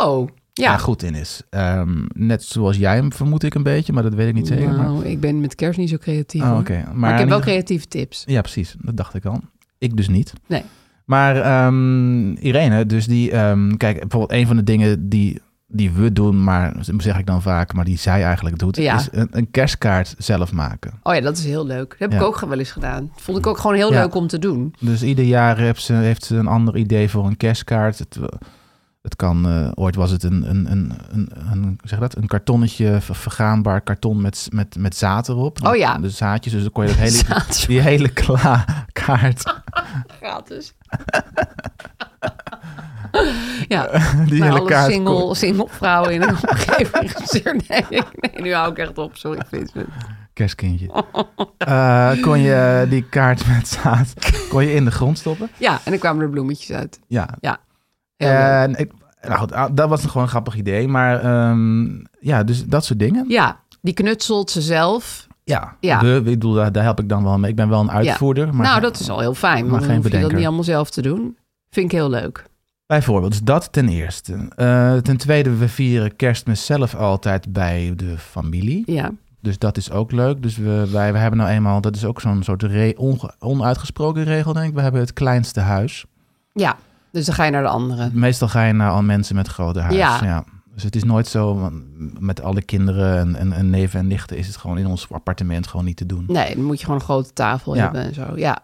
Speaker 3: Oh, ja.
Speaker 2: Daar goed in is. Ehm, net zoals jij hem vermoed ik een beetje, maar dat weet ik niet zeker. Maar...
Speaker 3: Nou, ik ben met kerst niet zo creatief.
Speaker 2: Oh,
Speaker 3: hoor.
Speaker 2: oké.
Speaker 3: Nou, Maar, ik
Speaker 2: in
Speaker 3: heb wel
Speaker 2: ieder-
Speaker 3: creatieve tips.
Speaker 2: Ja, precies. Dat dacht ik al. Ik dus niet.
Speaker 3: Nee.
Speaker 2: Maar ehm, Irene, dus die, ehm, kijk, bijvoorbeeld een van de dingen die, die we doen, maar zeg ik dan vaak, maar die zij eigenlijk doet,
Speaker 3: Ja.
Speaker 2: is een, een kerstkaart zelf maken.
Speaker 3: Oh ja, dat is heel leuk. Dat heb ik
Speaker 2: Ja.
Speaker 3: ook wel eens gedaan. Vond ik ook gewoon heel
Speaker 2: Ja.
Speaker 3: leuk om te doen.
Speaker 2: Dus ieder jaar heeft ze, heeft ze een ander idee voor een kerstkaart. Het, eh, Het kan, eh, ooit was het een, een, een, een, een, hoe zeg je dat? een kartonnetje, ver- vergaanbaar karton met, met, met zaad erop.
Speaker 3: Oh ja.
Speaker 2: De zaadjes, dus dan kon je dat hele,
Speaker 3: Zaadjes.
Speaker 2: die hele kla- kaart,
Speaker 3: Gratis. ja,
Speaker 2: die
Speaker 3: bij
Speaker 2: hele
Speaker 3: alle
Speaker 2: kaart
Speaker 3: single, single vrouwen in een omgeving gestuurd. Nee, ik- nee, nu hou ik echt op. Sorry, Vincent.
Speaker 2: Kerstkindje. Eh, kon je die kaart met zaad kon je in de grond stoppen?
Speaker 3: Ja, en dan kwamen er bloemetjes uit.
Speaker 2: Ja.
Speaker 3: Ja. Heel leuk.
Speaker 2: En ik, nou goed, ah, dat was nog gewoon een grappig idee. Maar ehm, ja, dus dat soort dingen.
Speaker 3: ja, die knutselt ze zelf.
Speaker 2: Ja.
Speaker 3: Ja.
Speaker 2: We, ik bedoel, daar, daar help ik dan wel mee. Ik ben wel een uitvoerder. Maar
Speaker 3: nou, dat is al heel fijn.
Speaker 2: maar
Speaker 3: Maar
Speaker 2: geen
Speaker 3: dan hoef je dat
Speaker 2: bedenker.
Speaker 3: niet allemaal zelf te doen. Vind ik heel leuk.
Speaker 2: Bijvoorbeeld, dus dat ten eerste. Eh, ten tweede, we vieren kerstmis zelf altijd bij de familie.
Speaker 3: Ja.
Speaker 2: Dus dat is ook leuk. Dus we, wij, we hebben nou eenmaal, dat is ook zo'n soort re- onge- onuitgesproken regel, denk ik. We hebben het kleinste huis.
Speaker 3: ja, dus dan ga je naar de andere.
Speaker 2: Meestal ga je naar al mensen met grote huis. Ja.
Speaker 3: Ja.
Speaker 2: Dus het is nooit zo, want met alle kinderen en, en, en neven en nichten is het gewoon in ons appartement gewoon niet te doen.
Speaker 3: Nee, dan moet je gewoon een grote tafel
Speaker 2: Ja.
Speaker 3: hebben en zo. Ja.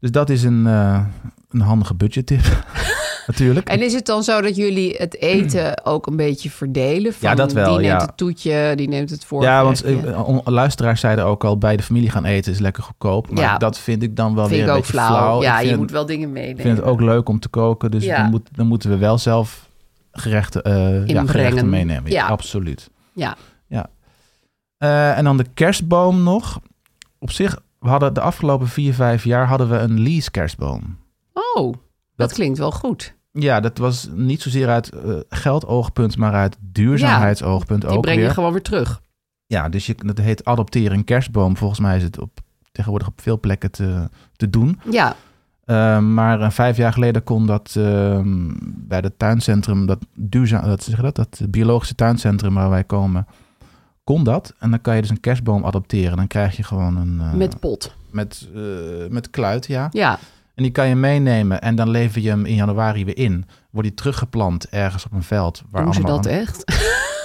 Speaker 2: Dus dat is een, eh, een handige budgettip. Natuurlijk.
Speaker 3: En is het dan zo dat jullie het eten ook een beetje verdelen? Van,
Speaker 2: Ja, dat wel,
Speaker 3: Die neemt
Speaker 2: ja.
Speaker 3: het toetje, die neemt het voor.
Speaker 2: ja, want eh, on- luisteraars zeiden ook al, bij de familie gaan eten is lekker goedkoop. Maar
Speaker 3: Ja.
Speaker 2: dat vind ik dan wel
Speaker 3: vind
Speaker 2: weer
Speaker 3: ik
Speaker 2: een
Speaker 3: ook
Speaker 2: beetje
Speaker 3: flauw.
Speaker 2: flauw.
Speaker 3: Ja,
Speaker 2: ik vind,
Speaker 3: je moet wel dingen meenemen.
Speaker 2: ik vind het ook leuk om te koken, dus
Speaker 3: Ja.
Speaker 2: dan, moet, dan moeten we wel zelf gerechten, eh, ja,
Speaker 3: Inbrengen.
Speaker 2: gerechten meenemen. Ja,
Speaker 3: Ja.
Speaker 2: absoluut.
Speaker 3: Ja.
Speaker 2: ja. Eh, en dan de kerstboom nog. Op zich, we hadden de afgelopen vier, vijf jaar hadden we een lease kerstboom.
Speaker 3: Oh, dat,
Speaker 2: Dat-
Speaker 3: klinkt wel goed.
Speaker 2: Ja, dat was niet zozeer uit eh, geldoogpunt, maar uit duurzaamheidsoogpunt
Speaker 3: Die
Speaker 2: ook
Speaker 3: breng
Speaker 2: weer.
Speaker 3: je gewoon weer terug.
Speaker 2: Ja, dus je, dat heet adopteren een kerstboom. Volgens mij is het op, tegenwoordig op veel plekken te, te doen.
Speaker 3: Ja,
Speaker 2: Eh, maar eh, vijf jaar geleden kon dat ehm, bij het tuincentrum, dat, duurzaam, dat, zeg je dat, dat biologische tuincentrum waar wij komen, kon dat. En dan kan je dus een kerstboom adopteren. Dan krijg je gewoon een... eh,
Speaker 3: met pot.
Speaker 2: met, eh, met kluit, ja.
Speaker 3: Ja,
Speaker 2: En die kan je meenemen en dan lever je hem in januari weer in. Wordt die teruggeplant ergens op een veld. Waar
Speaker 3: doen ze
Speaker 2: allemaal
Speaker 3: dat echt?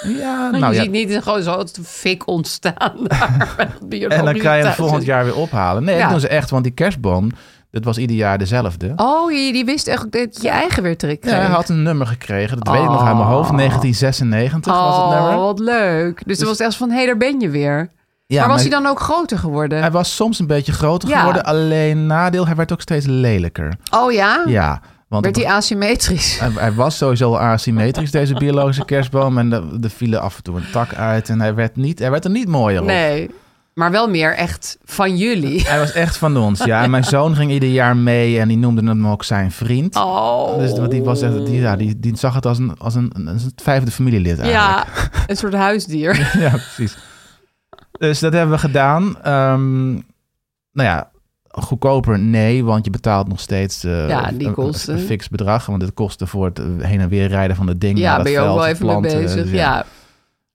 Speaker 2: Ja, nou
Speaker 3: je
Speaker 2: ja.
Speaker 3: ziet niet een gewoon zo'n fik ontstaan daar. met
Speaker 2: En dan
Speaker 3: biologische
Speaker 2: kan je hem
Speaker 3: thuis.
Speaker 2: volgend jaar weer ophalen. Nee, dat
Speaker 3: Ja.
Speaker 2: doen ze echt, want die kerstboom, dat was ieder jaar dezelfde.
Speaker 3: Oh, je, die wist echt dat je eigen weer terug
Speaker 2: Ja, hij
Speaker 3: kreeg.
Speaker 2: had een nummer gekregen, dat weet ik nog uit mijn hoofd. 1996 was het
Speaker 3: Oh,
Speaker 2: nummer.
Speaker 3: wat leuk. Dus, het was echt van, hé, hey, daar ben je weer.
Speaker 2: Ja,
Speaker 3: maar was hij dan ook groter geworden?
Speaker 2: Hij was soms een beetje groter
Speaker 3: Ja.
Speaker 2: geworden, alleen nadeel, hij werd ook steeds lelijker.
Speaker 3: Oh ja?
Speaker 2: Ja, want
Speaker 3: Werd
Speaker 2: op-
Speaker 3: hij asymmetrisch?
Speaker 2: hij, hij was sowieso al asymmetrisch, deze biologische kerstboom. En er er vielen af en toe een tak uit en hij werd, niet, hij werd er niet mooier op.
Speaker 3: Nee. Maar wel meer echt van jullie.
Speaker 2: Hij was echt van ons, ja. En mijn zoon ging ieder jaar mee en die noemde hem ook zijn vriend.
Speaker 3: Oh.
Speaker 2: Dus, want die, was echt, die, ja, die, die zag het als een, als een, als een vijfde familielid eigenlijk.
Speaker 3: ja, een soort huisdier.
Speaker 2: ja, precies. Dus dat hebben we gedaan. Ehm, nou ja, goedkoper nee, want je betaalt nog steeds eh,
Speaker 3: Ja, die
Speaker 2: een-
Speaker 3: kosten.
Speaker 2: een fix bedrag. Want het kostte voor het eh, heen en weer rijden van het ding. naar
Speaker 3: Ja,
Speaker 2: dat
Speaker 3: ben je ook
Speaker 2: veld,
Speaker 3: wel
Speaker 2: het
Speaker 3: even mee
Speaker 2: planten,
Speaker 3: bezig.
Speaker 2: dus
Speaker 3: Ja.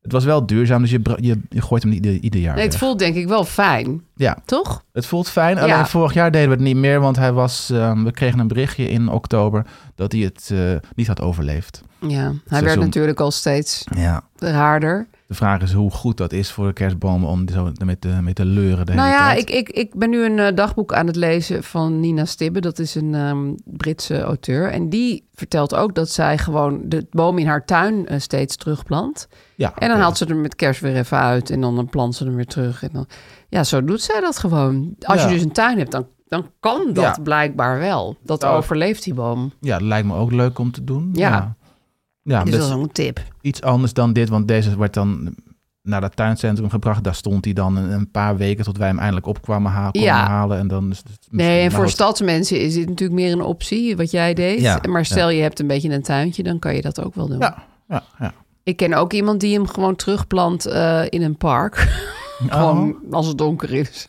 Speaker 2: Het was wel duurzaam, dus je, br- je, je gooit hem niet ieder, ieder jaar
Speaker 3: Nee, het
Speaker 2: weg.
Speaker 3: voelt denk ik wel fijn.
Speaker 2: Ja.
Speaker 3: Toch?
Speaker 2: Het voelt fijn, alleen
Speaker 3: Ja.
Speaker 2: vorig jaar deden we het niet meer, want hij was, ehm, we kregen een berichtje in oktober dat hij het eh, niet had overleefd.
Speaker 3: Ja. Hij werd
Speaker 2: Seizoen.
Speaker 3: natuurlijk al steeds
Speaker 2: Ja.
Speaker 3: raarder.
Speaker 2: De vraag is hoe goed dat is voor de kerstbomen om zo met te, mee te leuren de
Speaker 3: Nou
Speaker 2: hele
Speaker 3: ja,
Speaker 2: tijd.
Speaker 3: ik, ik, ik ben nu een eh, dagboek aan het lezen van Nina Stibbe. Dat is een ehm, Britse auteur. En die vertelt ook dat zij gewoon de boom in haar tuin eh, steeds terugplant.
Speaker 2: Ja,
Speaker 3: En dan
Speaker 2: oké.
Speaker 3: haalt ze er met kerst weer even uit en dan plant ze hem weer terug. En dan, ja, zo doet zij dat gewoon. Als
Speaker 2: Ja.
Speaker 3: je dus een tuin hebt, dan, dan kan dat
Speaker 2: Ja.
Speaker 3: blijkbaar wel. Dat
Speaker 2: Nou,
Speaker 3: overleeft die boom.
Speaker 2: Ja, dat lijkt me ook leuk om te doen.
Speaker 3: Ja.
Speaker 2: ja. Ja,
Speaker 3: dus
Speaker 2: dat
Speaker 3: dat is
Speaker 2: is
Speaker 3: een tip.
Speaker 2: iets anders dan dit, want deze werd dan naar dat tuincentrum gebracht. Daar stond hij dan een, een paar weken tot wij hem eindelijk opkwamen ha konden
Speaker 3: Ja.
Speaker 2: halen. En dan is het misschien-
Speaker 3: Nee, en
Speaker 2: maar
Speaker 3: voor
Speaker 2: goed.
Speaker 3: stadsmensen is dit natuurlijk meer een optie, wat jij deed.
Speaker 2: Nou, Ja,
Speaker 3: Maar stel je hebt een beetje een tuintje, dan kan je dat ook wel doen.
Speaker 2: Ja, ja, ja.
Speaker 3: Ik ken ook iemand die hem gewoon terugplant eh, in een park.
Speaker 2: Oh.
Speaker 3: gewoon als het donker is.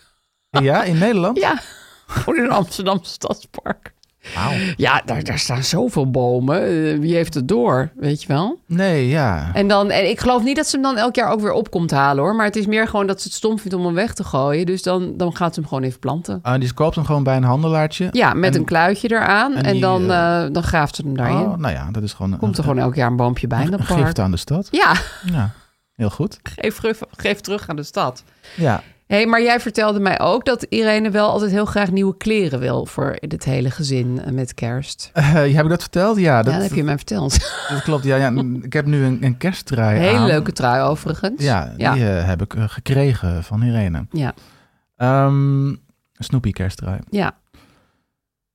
Speaker 2: ja, in Nederland?
Speaker 3: Ja, gewoon in een Amsterdamse stadspark.
Speaker 2: Wauw.
Speaker 3: Ja, daar, daar staan zoveel bomen. Eh, wie heeft het door, weet je wel?
Speaker 2: Nee, ja.
Speaker 3: En, dan, en ik geloof niet dat ze hem dan elk jaar ook weer op komt halen hoor. Maar het is meer gewoon dat ze het stom vindt om hem weg te gooien. Dus dan, dan gaat ze hem gewoon even planten.
Speaker 2: Ah, die koopt hem gewoon bij een handelaartje.
Speaker 3: Ja, met een kluitje eraan.
Speaker 2: en
Speaker 3: En,
Speaker 2: die,
Speaker 3: dan,
Speaker 2: eh,
Speaker 3: eh, dan graaft ze hem daarin.
Speaker 2: Oh, nou ja, dat is gewoon
Speaker 3: Komt er gewoon elk jaar een boompje bij in
Speaker 2: een
Speaker 3: dat
Speaker 2: gift
Speaker 3: park.
Speaker 2: aan de stad.
Speaker 3: Ja,
Speaker 2: Ja, heel goed.
Speaker 3: geef, terug- geef terug aan de stad.
Speaker 2: Ja.
Speaker 3: En hey, maar jij vertelde mij ook dat Irene wel altijd heel graag nieuwe kleren wil voor het hele gezin eh, met kerst.
Speaker 2: Eh, heb ik dat verteld? Ja,
Speaker 3: ja,
Speaker 2: dat,
Speaker 3: dat heb je mij verteld.
Speaker 2: dat klopt. Ja, ja, n- ik heb nu een, een kerstdraai
Speaker 3: Hele
Speaker 2: aan.
Speaker 3: leuke trui overigens.
Speaker 2: Ja,
Speaker 3: ja.
Speaker 2: die eh, heb ik eh, gekregen van Irene.
Speaker 3: Ja.
Speaker 2: Ehm Snoopy kerstdraai.
Speaker 3: ja.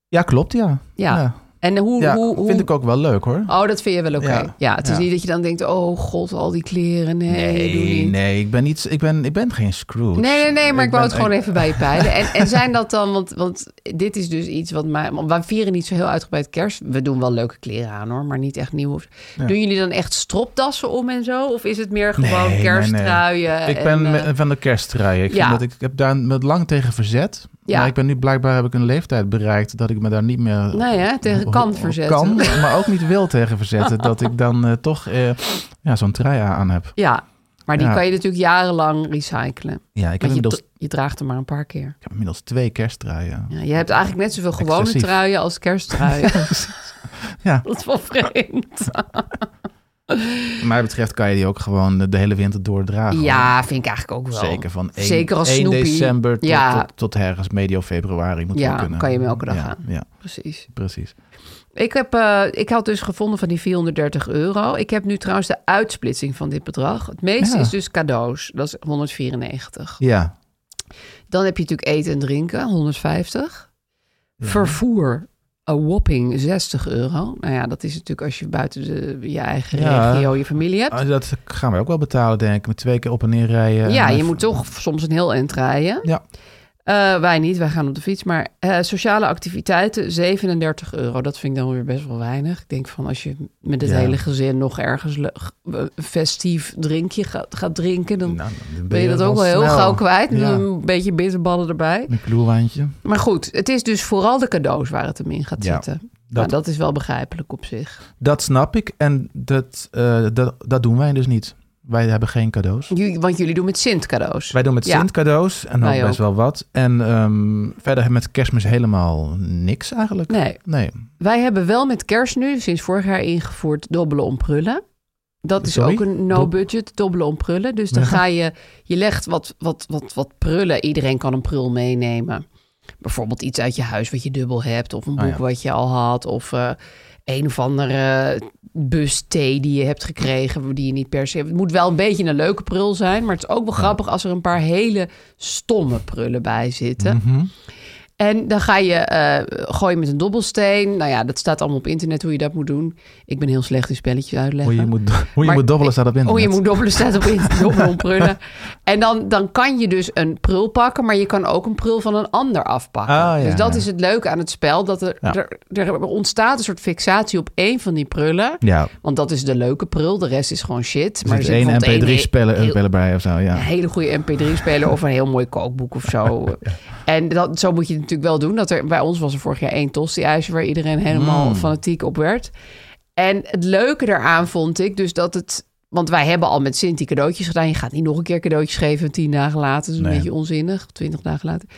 Speaker 2: Ja, klopt, ja.
Speaker 3: Ja. En hoe,
Speaker 2: Ja,
Speaker 3: hoe, hoe...
Speaker 2: vind ik ook wel leuk hoor.
Speaker 3: Oh, dat vind je wel oké. Ja.
Speaker 2: Ja.
Speaker 3: het is
Speaker 2: Ja.
Speaker 3: niet dat je dan denkt, oh god, al die kleren. Nee, doe
Speaker 2: nee,
Speaker 3: niet.
Speaker 2: nee, ik ben, niet, ik, ben, ik ben geen Scrooge.
Speaker 3: Nee, nee, nee, maar ik, wou het
Speaker 2: ben-
Speaker 3: gewoon even bij je peilen. En, en zijn dat dan, want, want dit is dus iets wat mij... want We vieren niet zo heel uitgebreid kerst. We doen wel leuke kleren aan hoor, maar niet echt nieuw. of- Doen jullie dan echt stropdassen om en zo? Of is het meer gewoon
Speaker 2: Nee, nee,
Speaker 3: kersttruien?
Speaker 2: nee. Ik
Speaker 3: en,
Speaker 2: ben
Speaker 3: eh,
Speaker 2: me- van de kerstdraaien. Ik,
Speaker 3: ja.
Speaker 2: vind dat ik heb daar met lang tegen verzet.
Speaker 3: Ja.
Speaker 2: Maar ik ben nu blijkbaar heb ik een leeftijd bereikt dat ik me daar niet meer
Speaker 3: Nee, hè, tegen
Speaker 2: ho-
Speaker 3: kan
Speaker 2: ho-
Speaker 3: verzetten.
Speaker 2: Kan, maar ook niet wil tegen verzetten. dat ik dan eh, toch eh, ja, zo'n trui aan heb.
Speaker 3: Ja, maar die
Speaker 2: Ja.
Speaker 3: kan je natuurlijk jarenlang recyclen.
Speaker 2: Ja, ik dus- heb,
Speaker 3: Want je,
Speaker 2: inmiddels,
Speaker 3: dra- je draagt hem maar een paar keer.
Speaker 2: ik heb inmiddels twee kerstdraaien.
Speaker 3: Ja, je hebt eigenlijk net zoveel gewone
Speaker 2: Excessief.
Speaker 3: truien als kersttruien.
Speaker 2: Ja.
Speaker 3: Dat is wel vreemd.
Speaker 2: mij betreft kan je die ook gewoon de hele winter doordragen. hoor.
Speaker 3: Ja, vind ik eigenlijk ook wel.
Speaker 2: Zeker van 1,
Speaker 3: Zeker als
Speaker 2: 1
Speaker 3: Snoopy.
Speaker 2: december tot,
Speaker 3: Ja.
Speaker 2: tot, tot ergens medio februari moet
Speaker 3: Ja,
Speaker 2: wel kunnen.
Speaker 3: kan je hem elke dag
Speaker 2: ja,
Speaker 3: aan.
Speaker 2: Ja,
Speaker 3: Precies.
Speaker 2: precies.
Speaker 3: Ik, heb, eh, ik had dus gevonden van die 430 euro. Ik heb nu trouwens de uitsplitsing van dit bedrag. Het meeste
Speaker 2: Ja.
Speaker 3: is dus cadeaus. Dat is 194.
Speaker 2: Ja,
Speaker 3: Dan heb je natuurlijk eten en drinken, 150.
Speaker 2: Mhm.
Speaker 3: Vervoer, een whopping 60 euro. Nou ja, dat is natuurlijk als je buiten de, je eigen
Speaker 2: Ja.
Speaker 3: regio je familie hebt.
Speaker 2: Ah, dat gaan we ook wel betalen, denk ik. Met twee keer op en neer rijden.
Speaker 3: ja,
Speaker 2: En
Speaker 3: je
Speaker 2: even-
Speaker 3: moet toch soms een heel eind rijden.
Speaker 2: Ja.
Speaker 3: Eh, wij niet, wij gaan op de fiets. Maar eh, sociale activiteiten, 37 euro. Dat vind ik dan weer best wel weinig. Ik denk van als je met het
Speaker 2: Ja.
Speaker 3: hele gezin nog ergens le- g- een festief drinkje gaat, gaat drinken... dan
Speaker 2: Nou, dan
Speaker 3: ben je dat ook wel heel
Speaker 2: snel.
Speaker 3: gauw kwijt. Met
Speaker 2: Ja,
Speaker 3: een beetje bitterballen erbij.
Speaker 2: Een kloerwijntje.
Speaker 3: Maar goed, het is dus vooral de cadeaus waar het hem in gaat
Speaker 2: Ja,
Speaker 3: zitten. Dat,
Speaker 2: dat-
Speaker 3: dat is wel begrijpelijk op zich.
Speaker 2: Dat snap ik. En dat, eh, dat, dat doen wij dus niet. Wij hebben geen cadeaus.
Speaker 3: Jullie- want jullie doen met Sint cadeaus.
Speaker 2: Wij doen met
Speaker 3: Ja.
Speaker 2: Sint cadeaus en ook
Speaker 3: Wij
Speaker 2: best
Speaker 3: ook.
Speaker 2: wel wat. En ehm, verder met kerstmis helemaal niks eigenlijk.
Speaker 3: Nee,
Speaker 2: Nee.
Speaker 3: wij hebben wel met kerst nu sinds vorig jaar ingevoerd dobbelen om prullen. Dat is
Speaker 2: Sorry?
Speaker 3: ook een
Speaker 2: Dob-
Speaker 3: no-budget, dobbelen om prullen. Dus dan
Speaker 2: Ja.
Speaker 3: ga je, je legt wat, wat, wat, wat prullen. Iedereen kan een prul meenemen. Bijvoorbeeld iets uit je huis wat je dubbel hebt. Of een boek
Speaker 2: Ah, ja.
Speaker 3: wat je al had. Of eh, een of andere bus thee die je hebt gekregen. Die je niet per se... Het moet wel een beetje een leuke prul zijn. Maar het is ook wel grappig als er een paar hele stomme prullen bij zitten. En dan ga je eh, gooien met een dobbelsteen. Nou ja, dat staat allemaal op internet hoe je dat moet doen. Ik ben heel slecht in spelletjes uitleggen.
Speaker 2: Hoe je moet, hoe je
Speaker 3: Maar-
Speaker 2: moet dobbelen staat op internet.
Speaker 3: Oh, je moet dobbelen staat op internet. dobbelen om prullen. En dan, dan kan je dus een prul pakken, maar je kan ook een prul van een ander afpakken.
Speaker 2: Ah, ja,
Speaker 3: dus dat
Speaker 2: ja.
Speaker 3: is het leuke aan het spel. Dat er,
Speaker 2: Ja.
Speaker 3: er, er ontstaat een soort fixatie op één van die prullen.
Speaker 2: Ja, er
Speaker 3: Want dat is de leuke prul. De rest is gewoon shit.
Speaker 2: maar
Speaker 3: er
Speaker 2: zit
Speaker 3: zit
Speaker 2: één
Speaker 3: bijvoorbeeld één- E-
Speaker 2: mp3-speler
Speaker 3: heel-
Speaker 2: bij of zo. Ja.
Speaker 3: een hele goede MP3-speler of een heel mooi kookboek of zo. En dat, zo moet je het natuurlijk wel doen. Dat er, bij ons was er vorig jaar één tosti-ijsje waar iedereen
Speaker 2: Mm.
Speaker 3: helemaal fanatiek op werd. En het leuke daaraan vond ik dus dat het... Want wij hebben al met Sint die cadeautjes gedaan. Je gaat niet nog een keer cadeautjes geven tien dagen later. Dat is een
Speaker 2: Nee.
Speaker 3: beetje onzinnig, twintig dagen later.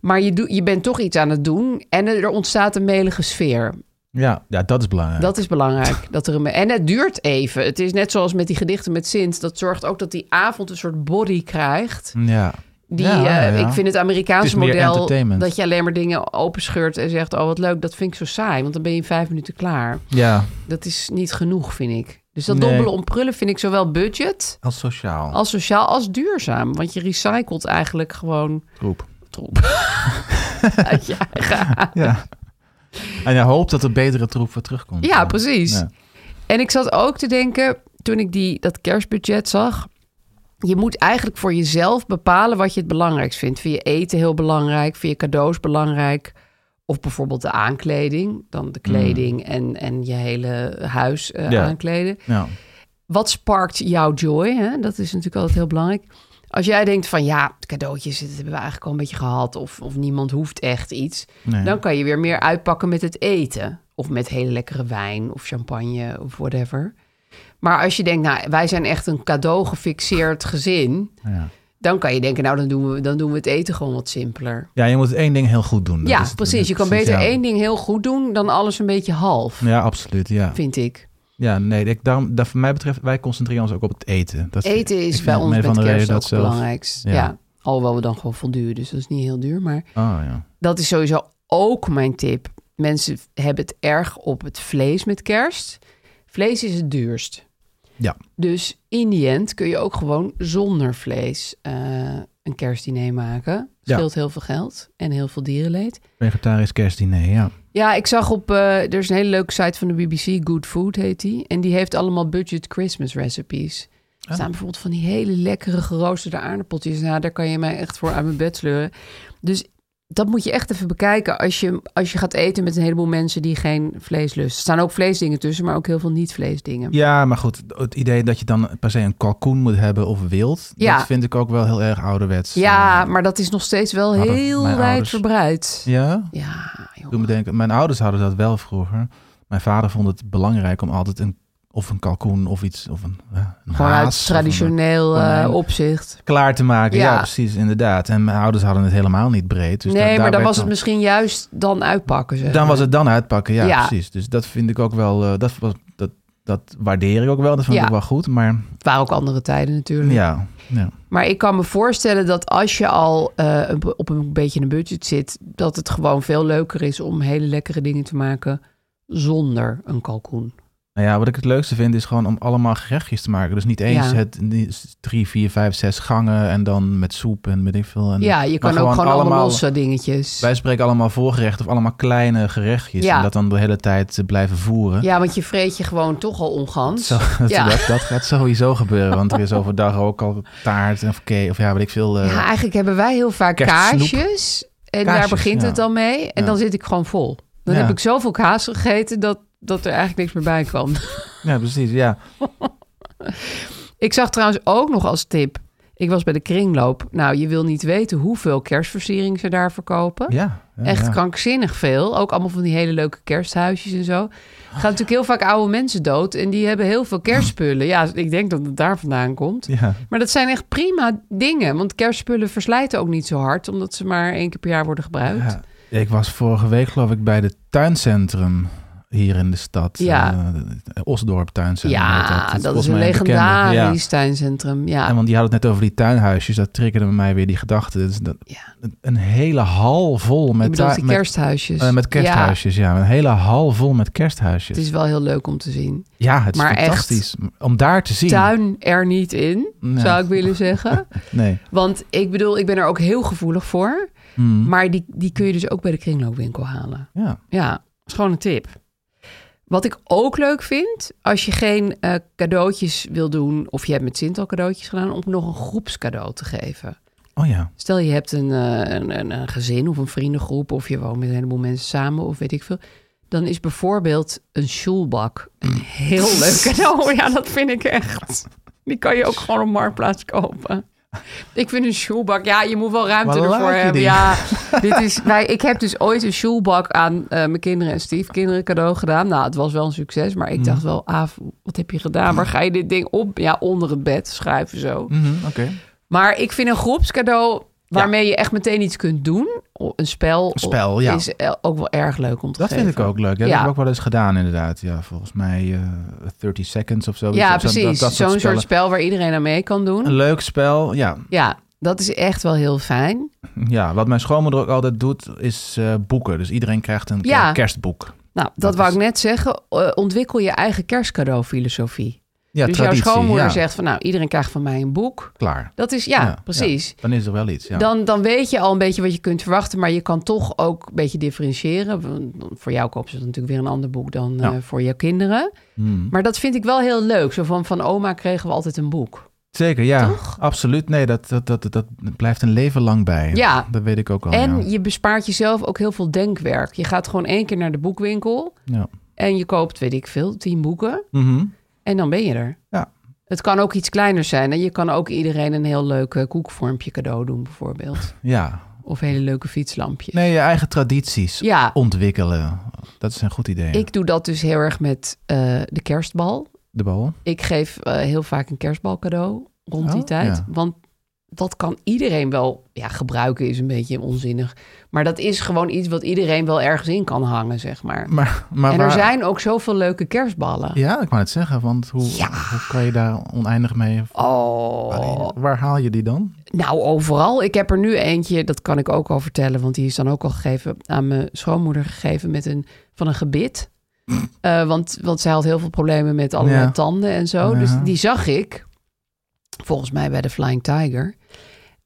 Speaker 3: Maar je, doe, je bent toch iets aan het doen. En er ontstaat een melige sfeer.
Speaker 2: Ja, ja, dat is belangrijk.
Speaker 3: Dat is belangrijk. Dat er een, en het duurt even. Het is net zoals met die gedichten met Sint. Dat zorgt ook dat die avond een soort body krijgt.
Speaker 2: Ja.
Speaker 3: Die,
Speaker 2: Ja, ja,
Speaker 3: eh,
Speaker 2: ja.
Speaker 3: Ik vind het
Speaker 2: Het
Speaker 3: Amerikaanse
Speaker 2: is meer
Speaker 3: model
Speaker 2: entertainment.
Speaker 3: dat je alleen maar dingen openscheurt en zegt: Oh, wat leuk, dat vind ik zo saai. Want dan ben je in vijf minuten klaar.
Speaker 2: ja,
Speaker 3: Dat is niet genoeg, vind ik. Dus dat
Speaker 2: Nee.
Speaker 3: dobbelen om prullen vind ik zowel budget
Speaker 2: als sociaal.
Speaker 3: als sociaal als duurzaam. Want je recycelt eigenlijk gewoon
Speaker 2: groep.
Speaker 3: troep. Uit je eigen huis.
Speaker 2: Ja. En je hoopt dat er betere troep voor terugkomt.
Speaker 3: Ja, precies.
Speaker 2: Ja.
Speaker 3: En ik zat ook te denken, toen ik die, dat kerstbudget zag... je moet eigenlijk voor jezelf bepalen wat je het belangrijkst vindt. Vind je eten heel belangrijk? Vind je cadeaus belangrijk? Of bijvoorbeeld de aankleding. Dan de kleding en, en je hele huis eh,
Speaker 2: Mm. Ja.
Speaker 3: aankleden.
Speaker 2: Ja.
Speaker 3: Wat sparkt jouw joy? Hè? Dat is natuurlijk altijd heel belangrijk. Als jij denkt van ja, cadeautjes, dat hebben we eigenlijk al een beetje gehad. Of, of niemand hoeft echt iets.
Speaker 2: Nee.
Speaker 3: Dan kan je weer meer uitpakken met het eten. Of met hele lekkere wijn of champagne of whatever. Maar als je denkt, nou, wij zijn echt een cadeau gefixeerd gezin.
Speaker 2: Ja.
Speaker 3: Dan kan je denken, nou, dan doen we, dan doen we het eten gewoon wat simpeler.
Speaker 2: Ja, je moet één ding heel goed doen. Dat
Speaker 3: ja,
Speaker 2: is- dat
Speaker 3: precies.
Speaker 2: is
Speaker 3: Je kan
Speaker 2: precies,
Speaker 3: beter
Speaker 2: ja.
Speaker 3: één ding heel goed doen dan alles een beetje half,
Speaker 2: Ja, absoluut. Ja,
Speaker 3: vind ik.
Speaker 2: ja nee, ik, daarom, dat, voor mij betreft, wij concentreren ons ook op het eten. Dat,
Speaker 3: Eten
Speaker 2: ik
Speaker 3: is
Speaker 2: vind
Speaker 3: bij
Speaker 2: het
Speaker 3: ons
Speaker 2: een
Speaker 3: met
Speaker 2: van de
Speaker 3: kerst
Speaker 2: redenen
Speaker 3: ook
Speaker 2: dat
Speaker 3: het
Speaker 2: zelf-
Speaker 3: belangrijkst. Ja.
Speaker 2: Ja.
Speaker 3: Alhoewel we dan gewoon volduren, dus dat is niet heel duur. Maar
Speaker 2: Ah ja.
Speaker 3: dat is sowieso ook mijn tip. Mensen hebben het erg op het vlees met kerst. Vlees is het duurst.
Speaker 2: Ja.
Speaker 3: Dus in die end kun je ook gewoon zonder vlees eh, een kerstdiner maken.
Speaker 2: Ja.
Speaker 3: Scheelt heel veel geld en heel veel dierenleed.
Speaker 2: Vegetarisch kerstdiner, ja.
Speaker 3: Ja, ik zag op... eh, er is een hele leuke site van de BBC, Good Food heet die. En die heeft allemaal budget Christmas recipes.
Speaker 2: Ah.
Speaker 3: Er staan bijvoorbeeld van die hele lekkere geroosterde aardappeltjes. Nou, daar kan je mij echt voor uit mijn bed sleuren. Dus dat moet je echt even bekijken als je, als je gaat eten met een heleboel mensen die geen vlees lusten. Er staan ook vleesdingen tussen, maar ook heel veel niet-vleesdingen.
Speaker 2: Ja, maar goed, het idee dat je dan per se een kalkoen moet hebben of wild,
Speaker 3: Ja.
Speaker 2: dat vind ik ook wel heel erg ouderwets.
Speaker 3: Ja, maar dat is nog steeds wel
Speaker 2: Hadden
Speaker 3: heel
Speaker 2: mijn ouders-
Speaker 3: wijdverbreid.
Speaker 2: Ja?
Speaker 3: Ja, joh.
Speaker 2: Toen bedenken, mijn ouders hadden dat wel vroeger. Mijn vader vond het belangrijk om altijd een, of een kalkoen of iets, of een, eh, een
Speaker 3: Gewoon
Speaker 2: haas
Speaker 3: uit
Speaker 2: of een-
Speaker 3: traditioneel eh,
Speaker 2: konijn.
Speaker 3: opzicht.
Speaker 2: klaar te maken. Ja.
Speaker 3: Ja.
Speaker 2: precies, inderdaad. En mijn ouders hadden het helemaal niet breed. Dus
Speaker 3: nee,
Speaker 2: daar-
Speaker 3: maar
Speaker 2: daar
Speaker 3: dan
Speaker 2: werd
Speaker 3: was het misschien juist dan uitpakken. Zeg
Speaker 2: Dan
Speaker 3: maar.
Speaker 2: was het dan uitpakken, ja,
Speaker 3: Eh, Ja.
Speaker 2: precies. Dus dat vind ik ook wel, eh, dat, was, dat, dat waardeer ik ook wel. Dat vond
Speaker 3: Ja.
Speaker 2: ik wel goed, maar
Speaker 3: Het waren ook andere tijden natuurlijk.
Speaker 2: ja. ja.
Speaker 3: Maar ik kan me voorstellen dat als je al eh, een- op een beetje een budget zit, dat het gewoon veel leuker is om hele lekkere dingen te maken zonder een kalkoen.
Speaker 2: Nou ja, wat ik het leukste vind is gewoon om allemaal gerechtjes te maken. Dus niet eens
Speaker 3: Ja.
Speaker 2: het niet- drie, vier, vijf, zes gangen en dan met soep en weet ik veel. En,
Speaker 3: ja, je
Speaker 2: maar
Speaker 3: kan ook gewoon allemaal, losse dingetjes.
Speaker 2: Wij spreken allemaal voorgerechten of allemaal kleine gerechtjes.
Speaker 3: Ja.
Speaker 2: En dat dan de hele tijd eh, blijven voeren.
Speaker 3: Ja, want je vreet je gewoon toch al ongans.
Speaker 2: Zo, dat,
Speaker 3: ja.
Speaker 2: dat, dat gaat sowieso gebeuren, want er is overdag ook al taart en cake of ja, weet ik veel. eh,
Speaker 3: ja, eigenlijk hebben wij heel vaak
Speaker 2: kerstsnoep.
Speaker 3: kaasjes. En daar
Speaker 2: Kaasjes,
Speaker 3: begint
Speaker 2: ja.
Speaker 3: het dan mee. En
Speaker 2: Ja.
Speaker 3: dan zit ik gewoon vol. Dan
Speaker 2: Ja.
Speaker 3: heb ik zoveel kaas gegeten dat, dat er eigenlijk niks meer bij kwam.
Speaker 2: ja, precies, ja.
Speaker 3: Ik zag trouwens ook nog als tip. Ik was bij de kringloop. Nou, je wil niet weten hoeveel kerstversiering ze daar verkopen.
Speaker 2: ja, ja,
Speaker 3: Echt
Speaker 2: ja.
Speaker 3: krankzinnig veel. Ook allemaal van die hele leuke kersthuisjes en zo. Gaan natuurlijk heel vaak oude mensen dood. En die hebben heel veel kerstspullen. Ja, ik denk dat het daar vandaan komt.
Speaker 2: Ja,
Speaker 3: Maar dat zijn echt prima dingen. Want kerstspullen verslijten ook niet zo hard. Omdat ze maar één keer per jaar worden gebruikt.
Speaker 2: ja. Ik was vorige week geloof ik bij de tuincentrum hier in de stad.
Speaker 3: Ja.
Speaker 2: Eh, Osdorp tuincentrum.
Speaker 3: Ja,
Speaker 2: heet
Speaker 3: dat, is
Speaker 2: volgens
Speaker 3: een
Speaker 2: mij bekende.
Speaker 3: legendarisch tuincentrum.
Speaker 2: Ja.
Speaker 3: Ja.
Speaker 2: En want die had het net over die tuinhuisjes, dat triggerde bij mij weer die gedachte. Dus dat,
Speaker 3: ja.
Speaker 2: een hele hal vol
Speaker 3: Ik
Speaker 2: met,
Speaker 3: bedoel,
Speaker 2: tui-
Speaker 3: die
Speaker 2: met,
Speaker 3: kersthuisjes.
Speaker 2: eh, met
Speaker 3: Ja,
Speaker 2: kersthuisjes. Ja. een hele hal vol met kersthuisjes.
Speaker 3: het is wel heel leuk om te zien.
Speaker 2: ja, het is
Speaker 3: maar echt
Speaker 2: fantastisch om daar te zien.
Speaker 3: tuin er niet in,
Speaker 2: Nee.
Speaker 3: zou ik willen zeggen.
Speaker 2: Nee.
Speaker 3: Want ik bedoel, ik ben er ook heel gevoelig voor.
Speaker 2: Hmm.
Speaker 3: Maar die, die kun je dus ook bij de kringloopwinkel halen.
Speaker 2: Ja.
Speaker 3: Ja, is gewoon een tip. Wat ik ook leuk vind, als je geen eh, cadeautjes wil doen... of je hebt met Sint al cadeautjes gedaan... om nog een groepscadeau te geven.
Speaker 2: Oh ja.
Speaker 3: Stel je hebt een, eh, een, een, een gezin of een vriendengroep... of je woont met een heleboel mensen samen of weet ik veel... dan is bijvoorbeeld een schoelbak een heel leuk cadeau. Ja, dat vind ik echt. Die kan je ook gewoon op Marktplaats kopen. Ik vind een schoelbak... Ja, je moet wel ruimte
Speaker 2: Waar
Speaker 3: ervoor
Speaker 2: laat je
Speaker 3: hebben.
Speaker 2: die?
Speaker 3: Ja, dit is, wij, ik heb dus ooit een schoelbak aan eh, mijn kinderen en stiefkinderen cadeau gedaan. Nou, het was wel een succes, maar ik dacht wel... Aaf, wat heb je gedaan? Waar ga je dit ding op? Ja, onder het bed schuiven zo.
Speaker 2: Mhm, Oké.
Speaker 3: Maar ik vind een groepscadeau waarmee je echt meteen iets kunt doen. o- Een spel,
Speaker 2: Een spel, ja.
Speaker 3: is eh, ook wel erg leuk om te
Speaker 2: Dat
Speaker 3: geven.
Speaker 2: vind ik ook leuk. hè. Dat
Speaker 3: Ja.
Speaker 2: heb ik ook wel eens gedaan, inderdaad. Ja, volgens mij eh, 30 Seconds of zo.
Speaker 3: Ja,
Speaker 2: Dat- dat-
Speaker 3: precies.
Speaker 2: dat
Speaker 3: Zo'n soort
Speaker 2: spellen.
Speaker 3: spel waar iedereen aan mee kan doen.
Speaker 2: Een leuk spel, ja.
Speaker 3: Ja, dat is echt wel heel fijn.
Speaker 2: ja. Wat mijn schoonmoeder ook altijd doet, is eh, boeken. Dus iedereen krijgt een
Speaker 3: Ja.
Speaker 2: eh, kerstboek.
Speaker 3: Nou, dat,
Speaker 2: Dat
Speaker 3: wou
Speaker 2: is-
Speaker 3: ik net zeggen. Eh, ontwikkel je eigen kerstcadeaufilosofie.
Speaker 2: Ja,
Speaker 3: dus
Speaker 2: traditie.
Speaker 3: jouw schoonmoeder
Speaker 2: ja.
Speaker 3: zegt van nou, iedereen krijgt van mij een boek.
Speaker 2: Klaar.
Speaker 3: Dat is, ja,
Speaker 2: Ja,
Speaker 3: precies.
Speaker 2: Dan is er wel iets, ja.
Speaker 3: Dan, dan weet je al een beetje wat je kunt verwachten, maar je kan toch ook een beetje differentiëren. Want Voor jou kopen ze natuurlijk weer een ander boek dan
Speaker 2: Ja.
Speaker 3: eh, voor jouw kinderen.
Speaker 2: Hmm.
Speaker 3: Maar dat vind ik wel heel leuk. Zo van, van oma kregen we altijd een boek.
Speaker 2: Oh, Zeker, ja.
Speaker 3: Toch?
Speaker 2: Absoluut. Nee, dat, dat, dat, dat blijft een leven lang bij.
Speaker 3: Ja.
Speaker 2: Dat weet ik ook al.
Speaker 3: en
Speaker 2: ja.
Speaker 3: je bespaart jezelf ook heel veel denkwerk. Je gaat gewoon één keer naar de boekwinkel
Speaker 2: Ja.
Speaker 3: en je koopt, weet ik veel, tien boeken.
Speaker 2: Mhm.
Speaker 3: En dan ben je er.
Speaker 2: Ja.
Speaker 3: Het kan ook iets kleiner zijn. En je kan ook iedereen een heel leuk eh, koekvormpje cadeau doen, bijvoorbeeld.
Speaker 2: ja.
Speaker 3: Of hele leuke fietslampjes.
Speaker 2: Nee, je eigen tradities
Speaker 3: Ja,
Speaker 2: ontwikkelen. Dat is een goed idee.
Speaker 3: ik doe dat dus heel erg met eh, de kerstbal.
Speaker 2: De bal.
Speaker 3: Ik geef eh, heel vaak een kerstbal cadeau rond die
Speaker 2: Oh,
Speaker 3: tijd.
Speaker 2: ja.
Speaker 3: Want dat kan iedereen wel ja, gebruiken, is een beetje onzinnig. Maar dat is gewoon iets wat iedereen wel ergens in kan hangen, zeg maar.
Speaker 2: Maar, maar
Speaker 3: en er
Speaker 2: waar-
Speaker 3: zijn ook zoveel leuke kerstballen.
Speaker 2: Ja, ik wou het zeggen, want hoe, hoe kan je daar oneindig mee...
Speaker 3: Oh,
Speaker 2: Waar haal je die dan?
Speaker 3: nou overal. Ik heb er nu eentje, dat kan ik ook al vertellen, want die is dan ook al gegeven aan mijn schoonmoeder gegeven met een, van een gebit. Eh, want, want zij had heel veel problemen met allerlei
Speaker 2: Ja.
Speaker 3: tanden en zo. Dus
Speaker 2: Ja.
Speaker 3: die zag ik, volgens mij bij de Flying Tiger.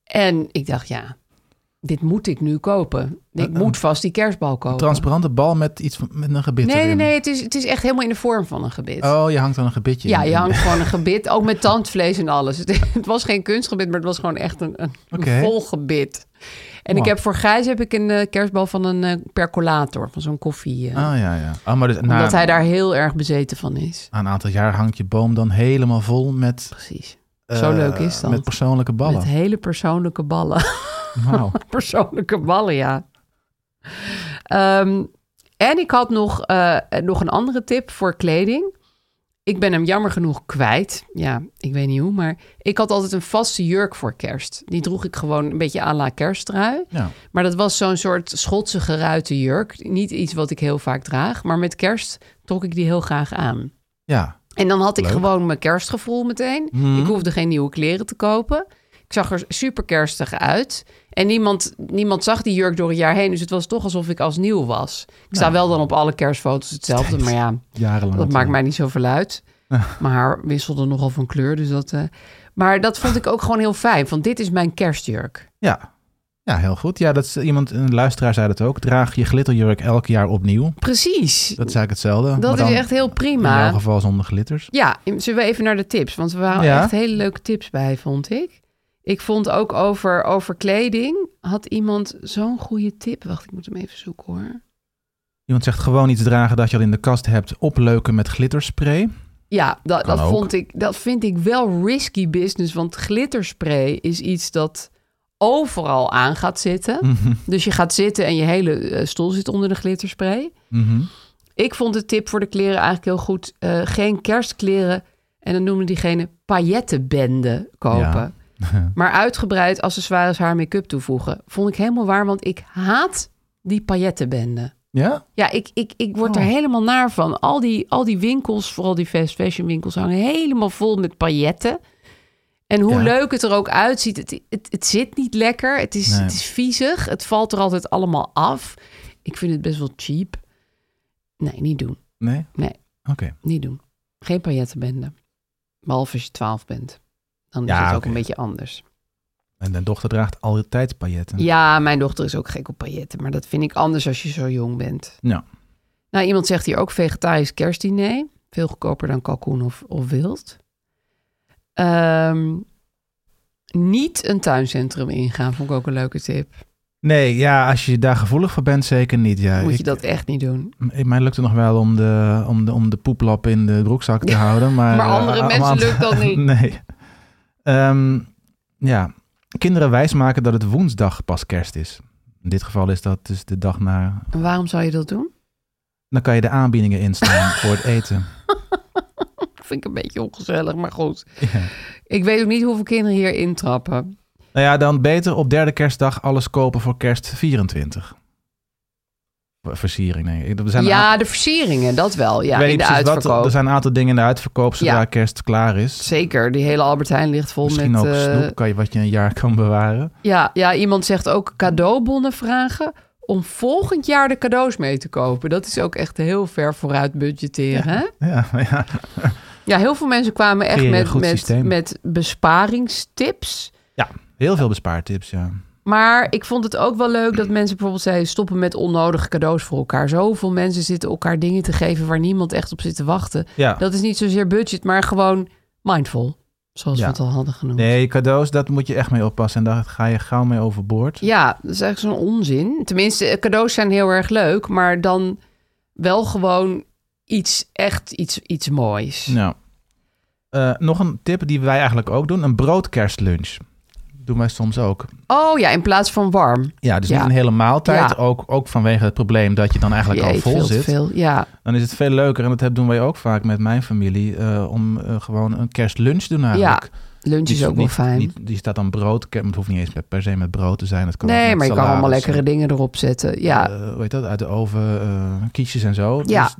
Speaker 3: En ik dacht, ja, dit moet ik nu kopen.
Speaker 2: Eh,
Speaker 3: Ik moet vast die kerstbal kopen.
Speaker 2: Een transparante bal met iets van, met een gebit
Speaker 3: nee, nee,
Speaker 2: erin.
Speaker 3: nee, het is, het is echt helemaal in de vorm van een gebit.
Speaker 2: Oh, je hangt dan een gebitje
Speaker 3: Ja,
Speaker 2: in.
Speaker 3: je hangt gewoon een gebit, ook met tandvlees en alles. Het, het was geen kunstgebit, maar het was gewoon echt een, een, een
Speaker 2: Oké.
Speaker 3: vol gebit. En ik
Speaker 2: Wow.
Speaker 3: heb voor Gijs heb ik een eh, kerstbal van een eh, percolator, van zo'n koffie. eh,
Speaker 2: Ah, ja, ja. Ah, maar dus
Speaker 3: omdat
Speaker 2: na,
Speaker 3: hij daar heel erg bezeten van is.
Speaker 2: na een aantal jaar hangt je boom dan helemaal vol met...
Speaker 3: Precies.
Speaker 2: eh,
Speaker 3: Zo leuk is dat.
Speaker 2: Met persoonlijke ballen.
Speaker 3: Met hele persoonlijke ballen.
Speaker 2: Wauw.
Speaker 3: persoonlijke ballen, ja. Ehm, en ik had nog, eh, nog een andere tip voor kleding. Ik ben hem jammer genoeg kwijt. Ja, ik weet niet hoe, maar ik had altijd een vaste jurk voor kerst. Die droeg ik gewoon een beetje à la kersttrui.
Speaker 2: Ja.
Speaker 3: Maar dat was zo'n soort Schotse geruite jurk. Niet iets wat ik heel vaak draag, maar met kerst trok ik die heel graag aan.
Speaker 2: ja.
Speaker 3: En dan had ik
Speaker 2: Leuk. Mhm.
Speaker 3: gewoon mijn kerstgevoel meteen. Ik hoefde geen nieuwe kleren te kopen. Ik zag er super kerstig uit. En niemand, niemand zag die jurk door een jaar heen. Dus het was toch alsof ik als nieuw was. Ik
Speaker 2: Nou.
Speaker 3: sta wel dan op alle kerstfoto's hetzelfde. Maar
Speaker 2: Oh,
Speaker 3: ja,
Speaker 2: Jarenlang.
Speaker 3: dat maakt mij niet zoveel uit. Mijn haar wisselde nogal van kleur. Dus dat, eh, Maar dat vond ik ook gewoon heel fijn. Van dit is mijn kerstjurk.
Speaker 2: Ja. Ja, heel goed. Ja, dat is iemand, een luisteraar zei dat ook. Draag je glitterjurk elk jaar opnieuw.
Speaker 3: Precies.
Speaker 2: Dat is eigenlijk hetzelfde. maar
Speaker 3: Dat
Speaker 2: dan
Speaker 3: is echt heel
Speaker 2: In
Speaker 3: prima.
Speaker 2: jouw geval zonder glitters.
Speaker 3: Ja, zullen we even naar de tips? Want er waren
Speaker 2: Ja.
Speaker 3: echt hele leuke tips bij, vond ik. Ik vond ook over, over kleding, had iemand zo'n goede tip. Wacht, ik moet hem even zoeken hoor.
Speaker 2: Iemand zegt gewoon iets dragen dat je al in de kast hebt. Opleuken met glitterspray.
Speaker 3: Ja, dat,
Speaker 2: Kan
Speaker 3: dat,
Speaker 2: ook.
Speaker 3: vond ik, dat vind ik wel risky business. Want glitterspray is iets dat overal aan gaat zitten.
Speaker 2: Mhm.
Speaker 3: Dus je gaat zitten en je hele eh, stoel zit onder de glitterspray.
Speaker 2: Mhm.
Speaker 3: Ik vond de tip voor de kleren eigenlijk heel goed. eh, geen kerstkleren. En dan noemde diegene paillettenbenden kopen.
Speaker 2: Ja.
Speaker 3: maar uitgebreid accessoires haar make-up toevoegen. Vond ik helemaal waar, want ik haat die paillettenbenden.
Speaker 2: Ja?
Speaker 3: Ja, ik, ik, ik word
Speaker 2: Oh.
Speaker 3: er helemaal naar van. Al die, al die winkels, vooral die fast fashion winkels, hangen helemaal vol met pailletten. En hoe
Speaker 2: Ja.
Speaker 3: leuk het er ook uitziet, het, het, het zit niet lekker. Het is,
Speaker 2: Nee.
Speaker 3: het is viezig. Het valt er altijd allemaal af. Ik vind het best wel cheap. Nee, niet doen.
Speaker 2: Nee?
Speaker 3: Nee,
Speaker 2: Oké.
Speaker 3: niet doen. Geen paillettenbende. Behalve als je 12 bent. Dan is
Speaker 2: Ja,
Speaker 3: het ook
Speaker 2: oké.
Speaker 3: een beetje anders.
Speaker 2: En de dochter draagt altijd pailletten.
Speaker 3: Ja, mijn dochter is ook gek op pailletten. Maar dat vind ik anders als je zo jong bent.
Speaker 2: Ja.
Speaker 3: Nou, iemand zegt hier ook vegetarisch kerstdiner. Veel goedkoper dan kalkoen of, of wild. Ehm, niet een tuincentrum ingaan, vond ik ook een leuke tip.
Speaker 2: Nee, ja, als je daar gevoelig voor bent, zeker niet. Ja,
Speaker 3: Moet je
Speaker 2: Ik-
Speaker 3: dat echt niet doen.
Speaker 2: m- Mij lukt het nog wel om de, om de, om de poeplap in de broekzak te houden. Maar,
Speaker 3: Maar
Speaker 2: eh,
Speaker 3: andere
Speaker 2: aan-
Speaker 3: mensen
Speaker 2: aan-
Speaker 3: lukt dat niet.
Speaker 2: nee. Ehm, ja, kinderen wijsmaken dat het woensdag pas kerst is. In dit geval is dat dus de dag na.
Speaker 3: En waarom zou je dat doen?
Speaker 2: Dan kan je de aanbiedingen instaan voor het eten.
Speaker 3: Vind ik een beetje ongezellig, maar goed.
Speaker 2: Ja.
Speaker 3: Ik weet ook niet hoeveel kinderen hier intrappen.
Speaker 2: Nou ja, dan beter op derde kerstdag alles kopen voor kerst 24. Versiering, denk ik. Er zijn een
Speaker 3: ja, de versieringen, dat wel. Ja,
Speaker 2: Ik weet
Speaker 3: in de
Speaker 2: niet precies wat.
Speaker 3: uitverkoop.
Speaker 2: Er zijn een aantal dingen in de uitverkoop zodra
Speaker 3: Ja.
Speaker 2: kerst klaar is.
Speaker 3: Zeker, die hele Albert Heijn ligt vol
Speaker 2: Misschien
Speaker 3: met...
Speaker 2: ook
Speaker 3: eh,
Speaker 2: snoep kan je, wat je een jaar kan bewaren.
Speaker 3: ja, ja, iemand zegt ook cadeaubonnen vragen om volgend jaar de cadeaus mee te kopen. Dat is ook echt heel ver vooruit budgetteren. hè?
Speaker 2: Ja, ja.
Speaker 3: ja heel veel mensen kwamen echt
Speaker 2: Creëer een
Speaker 3: met,
Speaker 2: goed
Speaker 3: met,
Speaker 2: systeem.
Speaker 3: met besparingstips.
Speaker 2: ja heel veel bespaartips, ja.
Speaker 3: Maar ik vond het ook wel leuk dat mensen bijvoorbeeld zeiden... stoppen met onnodige cadeaus voor elkaar. Zoveel mensen zitten elkaar dingen te geven... waar niemand echt op zit te wachten.
Speaker 2: Ja.
Speaker 3: Dat is niet zozeer budget, maar gewoon mindful. Zoals
Speaker 2: Ja.
Speaker 3: we het al hadden genoemd.
Speaker 2: Nee, cadeaus, dat moet je echt mee oppassen. En daar ga je gauw mee overboord.
Speaker 3: Ja, dat is echt zo'n onzin. Tenminste, eh, cadeaus zijn heel erg leuk, maar dan wel gewoon iets, echt iets, iets moois.
Speaker 2: Nou. Eh, nog een tip die wij eigenlijk ook doen. Een broodkerstlunch. Doen wij soms ook.
Speaker 3: Oh ja, in plaats van warm.
Speaker 2: Ja, dus
Speaker 3: Ja.
Speaker 2: niet een hele maaltijd.
Speaker 3: Ja.
Speaker 2: Ook, ook vanwege het probleem dat je dan eigenlijk
Speaker 3: Je
Speaker 2: al
Speaker 3: eet
Speaker 2: vol
Speaker 3: veel te
Speaker 2: zit.
Speaker 3: veel. Ja,
Speaker 2: Dan is het veel leuker. En dat heb- doen wij ook vaak met mijn familie. eh, om eh, gewoon een kerstlunch te doen eigenlijk.
Speaker 3: ja. Lunch is ook wel
Speaker 2: niet,
Speaker 3: fijn.
Speaker 2: niet- die staat dan brood. Ik heb- Het hoeft niet eens met- per se met brood te zijn. Het kan ook
Speaker 3: nee,
Speaker 2: met
Speaker 3: maar je kan
Speaker 2: salades
Speaker 3: allemaal
Speaker 2: en,
Speaker 3: lekkere dingen erop zetten. Ja,
Speaker 2: eh, hoe heet dat? Uit de oven, eh, kiesjes en zo.
Speaker 3: Ja.
Speaker 2: Dus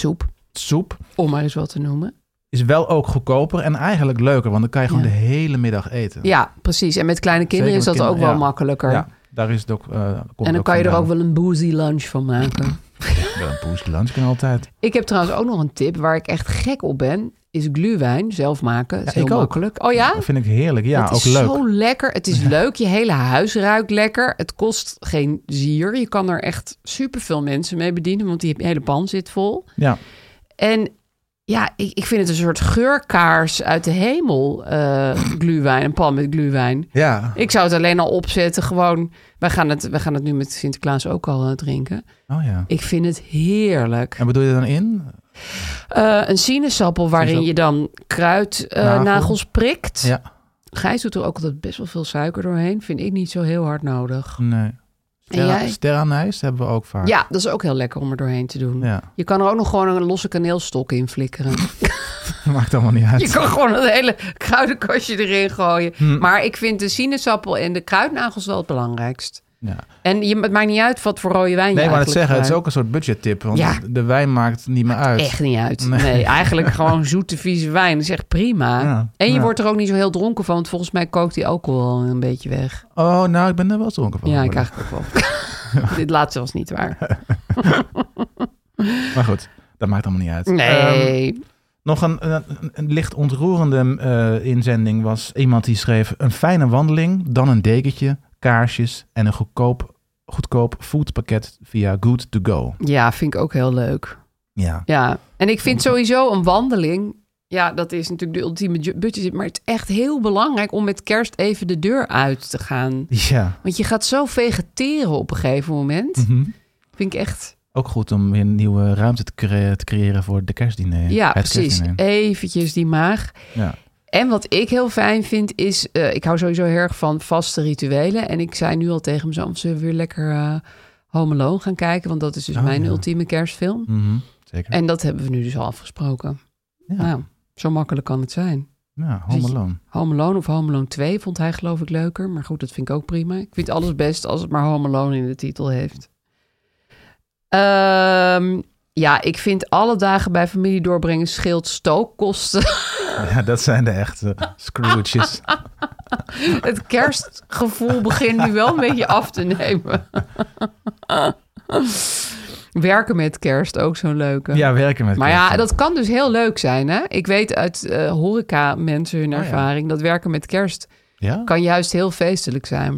Speaker 3: soep,
Speaker 2: soep
Speaker 3: om maar eens wat te noemen.
Speaker 2: is wel ook goedkoper en eigenlijk leuker. Want dan kan je gewoon
Speaker 3: Ja.
Speaker 2: de hele middag eten.
Speaker 3: Ja, precies. En met kleine kinderen
Speaker 2: Zeker
Speaker 3: is dat
Speaker 2: met
Speaker 3: ook
Speaker 2: kinderen,
Speaker 3: wel
Speaker 2: ja.
Speaker 3: makkelijker.
Speaker 2: Ja, daar is het ook. eh, komt
Speaker 3: en dan
Speaker 2: ook
Speaker 3: kan je er
Speaker 2: vandaan.
Speaker 3: ook wel een boozy lunch van maken.
Speaker 2: Wel Een poes lunch kan altijd.
Speaker 3: Ik heb trouwens ook nog een tip waar ik echt gek op ben. Is gluwijn zelf maken. Dat is
Speaker 2: Ja,
Speaker 3: heel
Speaker 2: ik ook.
Speaker 3: makkelijk. Oh ja?
Speaker 2: Dat vind ik heerlijk. Ja,
Speaker 3: het
Speaker 2: ook
Speaker 3: is
Speaker 2: leuk.
Speaker 3: zo lekker. Het is leuk. Je hele huis ruikt lekker. Het kost geen zier. Je kan er echt superveel mensen mee bedienen, want die hele pan zit vol.
Speaker 2: Ja.
Speaker 3: En ja, ik, ik vind het een soort geurkaars uit de hemel. eh gluwijn, een pan met gluwijn.
Speaker 2: Ja.
Speaker 3: Ik zou het alleen al opzetten. Gewoon, wij gaan het, wij gaan het nu met Sinterklaas ook al eh, drinken.
Speaker 2: Oh ja.
Speaker 3: Ik vind het heerlijk.
Speaker 2: En bedoel je dan in?
Speaker 3: Eh, een sinaasappel waarin
Speaker 2: Sinaasappel.
Speaker 3: je dan kruidnagels eh,
Speaker 2: Nagel.
Speaker 3: nagels prikt.
Speaker 2: Ja.
Speaker 3: Gijs doet er ook altijd best wel veel suiker doorheen. Vind ik niet zo heel hard nodig.
Speaker 2: Nee.
Speaker 3: jij?
Speaker 2: Sterra- Sterrenanijs hebben we ook vaak.
Speaker 3: Ja, dat is ook heel lekker om er doorheen te doen.
Speaker 2: Ja.
Speaker 3: Je kan er ook nog gewoon een losse kaneelstok in flikkeren.
Speaker 2: Maakt allemaal niet uit.
Speaker 3: Je kan gewoon het hele kruidenkastje erin gooien.
Speaker 2: Hm.
Speaker 3: Maar ik vind de sinaasappel en de kruidnagels wel het belangrijkst.
Speaker 2: Ja.
Speaker 3: En je, het maakt niet uit wat voor rode wijn je
Speaker 2: Nee, maar het
Speaker 3: eigenlijk
Speaker 2: zeggen, het is
Speaker 3: gebruikt.
Speaker 2: ook een soort budgettip. Want
Speaker 3: Ja.
Speaker 2: de wijn maakt niet meer uit.
Speaker 3: Echt niet uit. Nee,
Speaker 2: Nee.
Speaker 3: eigenlijk gewoon zoete, vieze wijn. Dat is echt prima.
Speaker 2: Ja,
Speaker 3: En je
Speaker 2: ja.
Speaker 3: wordt er ook niet zo heel dronken van, want volgens mij kookt die alcohol al een beetje weg.
Speaker 2: Oh, nou, ik ben er wel dronken van.
Speaker 3: ja, ik
Speaker 2: geworden.
Speaker 3: eigenlijk ook wel. Dit laatste was niet
Speaker 2: Ehm,
Speaker 3: waar.
Speaker 2: Maar goed, dat maakt allemaal niet uit. Ehm,
Speaker 3: Nee.
Speaker 2: nog een, een, een licht ontroerende eh, inzending was iemand die schreef... een fijne wandeling, dan een dekentje, kaarsjes en een goedkoop, goedkoop foodpakket via Good To Go.
Speaker 3: ja, vind ik ook heel leuk.
Speaker 2: Ja,
Speaker 3: Ja, en ik vind sowieso een wandeling. Ja, dat is natuurlijk de ultieme ju- budget. Maar het is echt heel belangrijk om met kerst even de deur uit te gaan.
Speaker 2: ja.
Speaker 3: Want je gaat zo vegeteren op een gegeven moment.
Speaker 2: Mhm.
Speaker 3: Vind ik echt.
Speaker 2: Ook goed om weer een nieuwe ruimte te, cre- te creëren voor de kerstdiner.
Speaker 3: Ja,
Speaker 2: Het
Speaker 3: precies.
Speaker 2: kerstdiner.
Speaker 3: Eventjes die maag.
Speaker 2: Ja.
Speaker 3: En wat ik heel fijn vind is, eh, ik hou sowieso heel erg van vaste rituelen. En ik zei nu al tegen mijn zoon, zullen we weer lekker eh Home Alone gaan kijken? Want dat is dus
Speaker 2: Oh,
Speaker 3: mijn
Speaker 2: ja.
Speaker 3: ultieme kerstfilm.
Speaker 2: Mhm, Zeker.
Speaker 3: En dat hebben we nu dus al afgesproken.
Speaker 2: ja,
Speaker 3: Nou, zo makkelijk kan het zijn.
Speaker 2: ja, Home Alone.
Speaker 3: Home Alone of Home Alone 2 vond hij geloof ik leuker. Maar goed, dat vind ik ook prima. Ik vind alles best als het maar Home Alone in de titel heeft. Ehm, ja, ik vind alle dagen bij familie doorbrengen scheelt stookkosten.
Speaker 2: Ja, dat zijn de echte Scrooges.
Speaker 3: het kerstgevoel begint nu wel een beetje af te nemen. Werken met kerst, ook zo'n leuke.
Speaker 2: Ja, werken met
Speaker 3: Maar ja,
Speaker 2: kerst.
Speaker 3: dat kan dus heel leuk zijn. Hè? Ik weet uit eh, horeca mensen hun
Speaker 2: Oh ja.
Speaker 3: ervaring dat werken met kerst
Speaker 2: Ja?
Speaker 3: kan juist heel feestelijk zijn.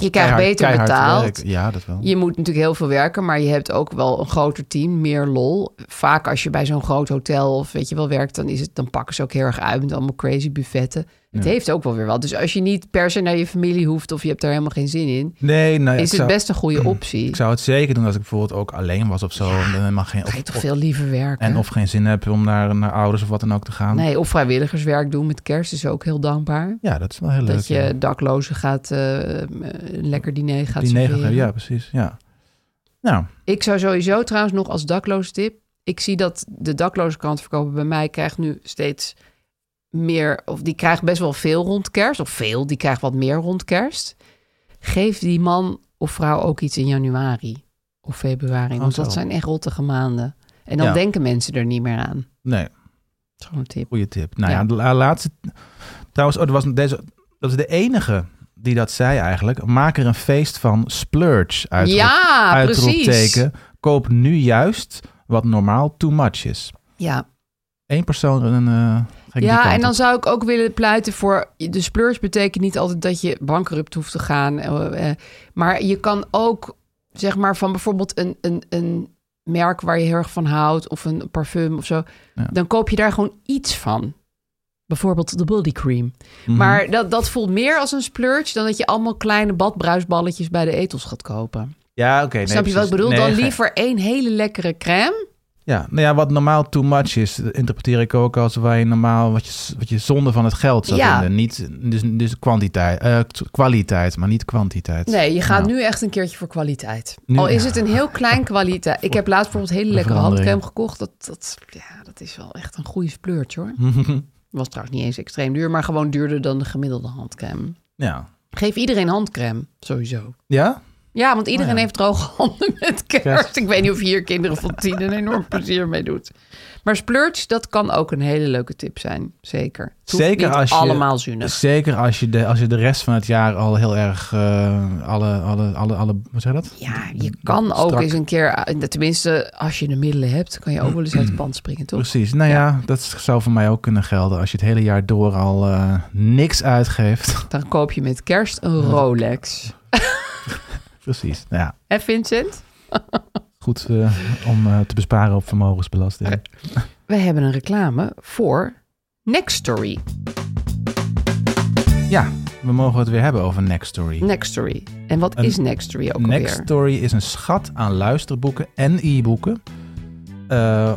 Speaker 3: Je krijgt
Speaker 2: Keihard-
Speaker 3: beter
Speaker 2: keihard
Speaker 3: betaald.
Speaker 2: werk. Ja, dat wel.
Speaker 3: Je moet natuurlijk heel veel werken, maar je hebt ook wel een groter team, meer lol. Vaak als je bij zo'n groot hotel of weet je wel werkt, dan, is het, dan pakken ze ook heel erg uit met allemaal crazy buffetten. Het
Speaker 2: Ja.
Speaker 3: heeft ook wel weer wat. Dus als je niet per se naar je familie hoeft of je hebt daar helemaal geen zin in,
Speaker 2: Nee, nou, ja,
Speaker 3: is
Speaker 2: ik,
Speaker 3: het
Speaker 2: zou,
Speaker 3: best een goede optie.
Speaker 2: ik zou het zeker doen als ik bijvoorbeeld ook alleen was of zo. en dan helemaal geen,
Speaker 3: Ga je
Speaker 2: of-
Speaker 3: toch
Speaker 2: of-
Speaker 3: veel liever werken?
Speaker 2: en of geen zin heb om naar, naar ouders of wat dan ook te gaan.
Speaker 3: Nee, of vrijwilligerswerk doen met kerst is ook heel dankbaar.
Speaker 2: Ja, dat is wel heel leuk.
Speaker 3: dat je
Speaker 2: ja.
Speaker 3: daklozen gaat, eh, een lekker diner gaat
Speaker 2: Die negen,
Speaker 3: serveren.
Speaker 2: ja, precies. Ja. Nou,
Speaker 3: Ik zou sowieso trouwens nog als dakloos tip. Ik zie dat de dakloze krantverkoper bij mij krijgt nu steeds meer. Of die krijgt best wel veel rond kerst. Of veel, die krijgt wat meer rond kerst. Geef die man of vrouw ook iets in januari of februari.
Speaker 2: Oh,
Speaker 3: Want dat
Speaker 2: zo.
Speaker 3: zijn echt rottige maanden. En dan
Speaker 2: Ja.
Speaker 3: denken mensen er niet meer aan.
Speaker 2: nee,
Speaker 3: Dat is gewoon een tip.
Speaker 2: goede tip. Nou ja,
Speaker 3: Ja.
Speaker 2: de la- laatste. Trouwens, oh, dat, was deze, dat is de enige die dat zei eigenlijk. Maak er een feest van splurge. Uitroep,
Speaker 3: ja, Ah, precies.
Speaker 2: uitroepteken. Koop nu juist wat normaal too much is.
Speaker 3: Ja,
Speaker 2: Eén persoon een, eh, ging die
Speaker 3: ja
Speaker 2: kant
Speaker 3: en dan
Speaker 2: op.
Speaker 3: zou ik ook willen pleiten voor... De splurge betekent niet altijd dat je bankrupt hoeft te gaan. eh, eh, Maar je kan ook, zeg maar, van bijvoorbeeld een, een, een merk waar je heel erg van houdt... of een parfum of zo.
Speaker 2: Ja.
Speaker 3: Dan koop je daar gewoon iets van. Bijvoorbeeld de body cream.
Speaker 2: Mhm.
Speaker 3: Maar dat, dat voelt meer als een splurge... dan dat je allemaal kleine badbruisballetjes bij de etels gaat kopen.
Speaker 2: Ja, oké. nee,
Speaker 3: Snap je wat ik
Speaker 2: precies.
Speaker 3: bedoel?
Speaker 2: Nee,
Speaker 3: dan
Speaker 2: ge-
Speaker 3: liever één hele lekkere crème.
Speaker 2: Ja, nou ja, wat normaal too much is, dat interpreteer ik ook als waar je normaal wat je, wat je zonde van het geld zou
Speaker 3: Ja.
Speaker 2: vinden. Niet, dus dus kwantiteit, eh, t- kwaliteit, maar niet kwantiteit. Nou,
Speaker 3: Nee, je gaat
Speaker 2: Ja.
Speaker 3: nu echt een keertje voor kwaliteit.
Speaker 2: Nu-
Speaker 3: Al is het een heel klein kwaliteit. Ik heb laatst bijvoorbeeld hele lekkere
Speaker 2: verandering.
Speaker 3: handcrème gekocht. Dat, dat, ja, dat is wel echt een goede spleurtje hoor. Was trouwens niet eens extreem duur, maar gewoon duurder dan de gemiddelde handcrème.
Speaker 2: Ja.
Speaker 3: Geef iedereen handcrème, sowieso.
Speaker 2: Ja?
Speaker 3: Ja, want iedereen
Speaker 2: Oh ja.
Speaker 3: heeft droge handen met kerst.
Speaker 2: Kerst.
Speaker 3: Ik weet niet of je hier kinderen van tien een enorm plezier mee doet. Maar splurge, dat kan ook een hele leuke tip zijn. Zeker. Het hoeft
Speaker 2: Zeker
Speaker 3: niet
Speaker 2: als je-
Speaker 3: allemaal zuinig.
Speaker 2: Zeker als je, de, als je de rest van het jaar al heel erg eh, alle, alle, alle, alle, hoe zeg je dat?
Speaker 3: Ja, je kan ook
Speaker 2: Strak.
Speaker 3: eens een keer... eh, Tenminste, als je de middelen hebt, kan je ook wel eens uit de band springen, toch?
Speaker 2: Precies. Nou ja. dat zou voor mij ook kunnen gelden. Als je het hele jaar door al eh, niks uitgeeft.
Speaker 3: Dan koop je met kerst een Rolex.
Speaker 2: Precies. Nou ja,
Speaker 3: Hè, Vincent?
Speaker 2: goed eh, om eh, te besparen op vermogensbelasting.
Speaker 3: Eh. We hebben een reclame voor Nextory.
Speaker 2: Ja, we mogen het weer hebben over Next Story.
Speaker 3: Nextory. En wat
Speaker 2: Een
Speaker 3: is Nextory ook alweer?
Speaker 2: Next Story is een schat aan luisterboeken en e-boeken eh,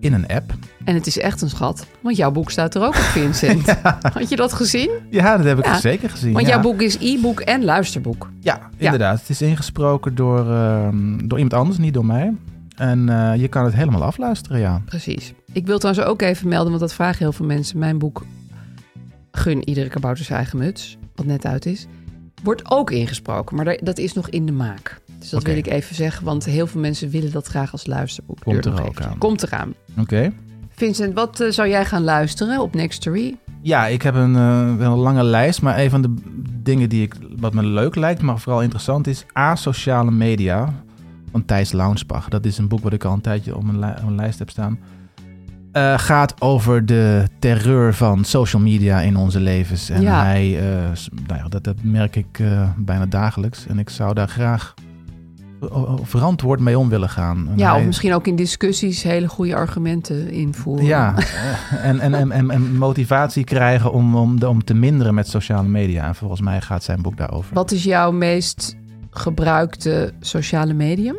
Speaker 2: in een app.
Speaker 3: En het is echt een schat, want jouw boek staat er ook op, Vincent. Had je dat gezien?
Speaker 2: Ja, dat heb ik
Speaker 3: Ja,
Speaker 2: zeker gezien.
Speaker 3: Want
Speaker 2: ja.
Speaker 3: jouw boek is e-book en luisterboek.
Speaker 2: Ja, inderdaad. Het is ingesproken door, ehm, door iemand anders, niet door mij. En eh, je kan het helemaal afluisteren, ja.
Speaker 3: Precies. Ik wil trouwens ook even melden, want dat vragen heel veel mensen. Mijn boek Gun iedere kabouter zijn eigen muts, wat net uit is, wordt ook ingesproken. Maar daar- dat is nog in de maak. Dus dat
Speaker 2: Oké.
Speaker 3: wil ik even zeggen, want heel veel mensen willen dat graag als luisterboek.
Speaker 2: Komt
Speaker 3: Duurt
Speaker 2: er
Speaker 3: nog
Speaker 2: ook
Speaker 3: eventjes.
Speaker 2: aan.
Speaker 3: Komt eraan.
Speaker 2: Oké.
Speaker 3: Vincent, wat eh, zou jij gaan luisteren op
Speaker 2: Nou,
Speaker 3: Nextory?
Speaker 2: Ja, ik heb een, eh, wel een lange lijst, maar een van de dingen die ik, wat me leuk lijkt, maar vooral interessant is, asociale media van Thijs Launsbach. Dat is een boek wat ik al een tijdje op mijn, li- op mijn lijst heb staan. Eh, gaat over de terreur van social media in onze levens. En
Speaker 3: Ja.
Speaker 2: hij, eh, s- nou ja, dat, dat merk ik eh, bijna dagelijks. En ik zou daar graag o- o- verantwoord mee om willen gaan. En
Speaker 3: Ja,
Speaker 2: hij-
Speaker 3: of misschien ook in discussies hele goede argumenten invoeren.
Speaker 2: ja, en, en, en, en, en motivatie krijgen om, om, de- om te minderen met sociale media. En volgens mij gaat zijn boek daarover.
Speaker 3: Wat is jouw meest gebruikte sociale medium?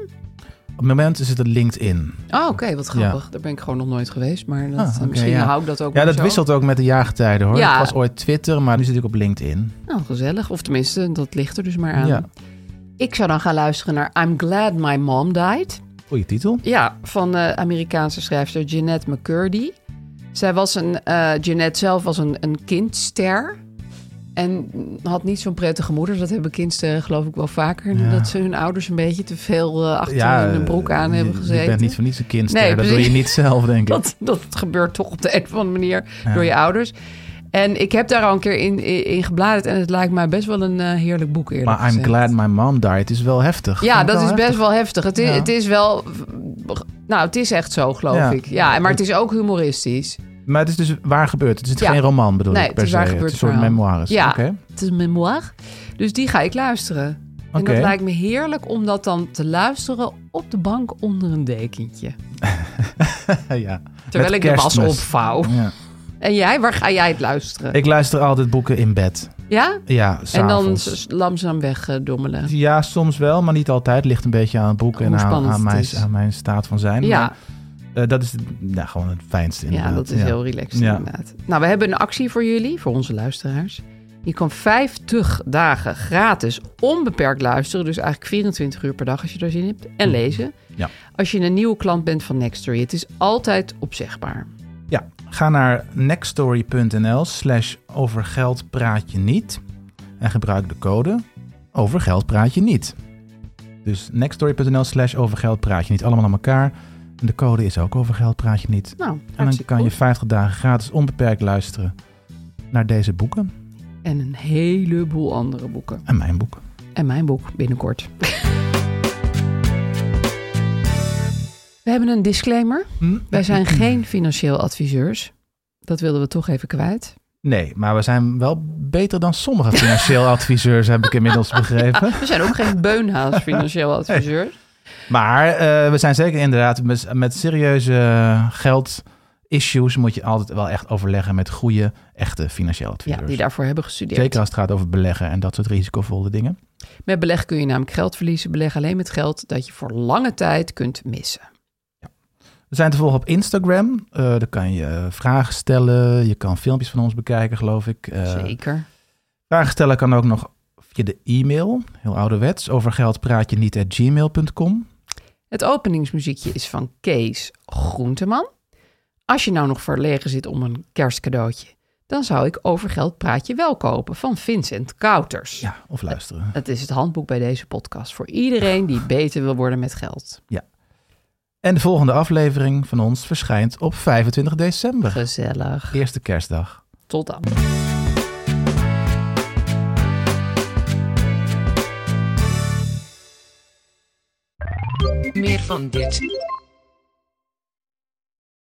Speaker 2: Op het moment is het een LinkedIn.
Speaker 3: Oh, oké, wat grappig. Daar ben ik gewoon nog nooit geweest, maar dat,
Speaker 2: Ah, oké,
Speaker 3: misschien
Speaker 2: ja.
Speaker 3: hou ik dat ook
Speaker 2: Ja,
Speaker 3: maar
Speaker 2: dat
Speaker 3: zo.
Speaker 2: wisselt ook met de jaargetijden hoor.
Speaker 3: Ja.
Speaker 2: Het was ooit Twitter, maar nu zit ik op LinkedIn.
Speaker 3: Nou, gezellig. Of tenminste, dat ligt er dus maar aan.
Speaker 2: Ja.
Speaker 3: Ik zou dan gaan luisteren naar I'm Glad My Mom Died.
Speaker 2: Goeie titel.
Speaker 3: Ja, van eh Amerikaanse schrijfster Jeanette McCurdy. Zij was een, eh Jeanette zelf was een, een kindster. En had niet zo'n prettige moeder. Dat hebben kindsterren geloof ik wel vaker. Dat ze hun ouders een beetje te veel eh, achter hun een broek aan
Speaker 2: je-
Speaker 3: hebben gezeten.
Speaker 2: Je bent niet voor niets een kindster.
Speaker 3: Nee,
Speaker 2: dat doe je
Speaker 3: precies.
Speaker 2: niet zelf, denk ik.
Speaker 3: dat, dat gebeurt toch op de een of andere manier door je ouders. En ik heb daar al een keer in, in, in gebladerd. En het lijkt mij best wel een eh, heerlijk boek eerlijk
Speaker 2: maar I'm
Speaker 3: gezegd.
Speaker 2: glad my mom died is wel heftig.
Speaker 3: Ja,
Speaker 2: Vind ik
Speaker 3: dat
Speaker 2: wel
Speaker 3: is best
Speaker 2: heftig.
Speaker 3: wel heftig. Het is,
Speaker 2: Ja.
Speaker 3: het is wel... Nou, het is echt zo, geloof
Speaker 2: Ja.
Speaker 3: ik. Ja, maar het is ook humoristisch.
Speaker 2: Maar het is dus waar gebeurd. Het is
Speaker 3: Ja.
Speaker 2: geen roman bedoel
Speaker 3: Nee,
Speaker 2: ik
Speaker 3: het
Speaker 2: per
Speaker 3: is
Speaker 2: se.
Speaker 3: waar
Speaker 2: het
Speaker 3: gebeurd
Speaker 2: is een soort
Speaker 3: verhaal.
Speaker 2: memoires.
Speaker 3: Ja.
Speaker 2: Oké.
Speaker 3: Het is een memoir. Dus die ga ik luisteren. En dat
Speaker 2: Oké.
Speaker 3: lijkt me heerlijk om dat dan te luisteren op de bank onder een dekentje.
Speaker 2: ja.
Speaker 3: Terwijl
Speaker 2: Met
Speaker 3: ik de was
Speaker 2: kerstmis.
Speaker 3: opvouw.
Speaker 2: Ja.
Speaker 3: En jij, waar ga jij het luisteren?
Speaker 2: Ik luister altijd boeken in bed.
Speaker 3: ja?
Speaker 2: Ja,
Speaker 3: En dan
Speaker 2: s'avonds.
Speaker 3: s- langzaam wegdommelen.
Speaker 2: Ja, soms wel, maar niet altijd. Ligt een beetje aan het boek en
Speaker 3: Hoe
Speaker 2: aan,
Speaker 3: spannend
Speaker 2: aan,
Speaker 3: het
Speaker 2: mijn,
Speaker 3: is.
Speaker 2: aan mijn staat van zijn.
Speaker 3: ja.
Speaker 2: Maar, eh, dat is nou, gewoon het fijnste
Speaker 3: Ja,
Speaker 2: inderdaad.
Speaker 3: dat is heel relaxed
Speaker 2: Ja.
Speaker 3: inderdaad. Nou, we hebben een actie voor jullie, voor onze luisteraars. Je kan 50 dagen gratis onbeperkt luisteren. Dus eigenlijk 24 uur per dag als je er zin in hebt. En
Speaker 2: Hm.
Speaker 3: lezen.
Speaker 2: Ja.
Speaker 3: Als je een nieuwe klant bent van Nextory. Het is altijd opzegbaar.
Speaker 2: Ja, ga naar nextstory.nl slash over geld praat je niet. En gebruik de code over geld praat je niet. Dus nextstory.nl slash over geld praat je niet. Allemaal aan elkaar. En de code is ook over geld praat je niet.
Speaker 3: Nou,
Speaker 2: En dan
Speaker 3: hartstikke
Speaker 2: kan je
Speaker 3: goed.
Speaker 2: 50 dagen gratis onbeperkt luisteren naar deze boeken.
Speaker 3: En een heleboel andere boeken.
Speaker 2: En mijn boek.
Speaker 3: En mijn boek binnenkort. we hebben een disclaimer. Wij zijn
Speaker 2: Hm?
Speaker 3: geen financieel adviseurs. Dat wilden we toch even kwijt.
Speaker 2: Nee, maar we zijn wel beter dan sommige financieel adviseurs, heb ik inmiddels begrepen.
Speaker 3: We zijn ook geen beunhaas financieel adviseur.
Speaker 2: Maar eh, we zijn zeker inderdaad met, met serieuze geldissues moet je altijd wel echt overleggen met goede, echte financieel
Speaker 3: Ja,
Speaker 2: adviseurs.
Speaker 3: die daarvoor hebben gestudeerd.
Speaker 2: zeker als het gaat over beleggen en dat soort risicovolle dingen.
Speaker 3: Met beleg kun je namelijk geld verliezen. Beleg alleen met geld dat je voor lange tijd kunt missen.
Speaker 2: We zijn te volgen op Instagram. Eh daar kan je eh, vragen stellen. Je kan filmpjes van ons bekijken, geloof ik. Eh,
Speaker 3: Zeker.
Speaker 2: Vragen stellen kan ook nog via de e-mail. Heel ouderwets. Over geld praat je niet at gmail.com.
Speaker 3: Het openingsmuziekje is van Kees Groenteman. Als je nou nog verlegen zit om een kerstcadeautje, dan zou ik Over Geld Praat Je Wel kopen van Vincent Kouters.
Speaker 2: Ja, of luisteren.
Speaker 3: Dat is het handboek bij deze podcast voor iedereen die beter wil worden met geld.
Speaker 2: En de volgende aflevering van ons verschijnt op 25 december.
Speaker 3: Gezellig.
Speaker 2: Eerste kerstdag.
Speaker 3: Tot dan.
Speaker 4: Meer van dit.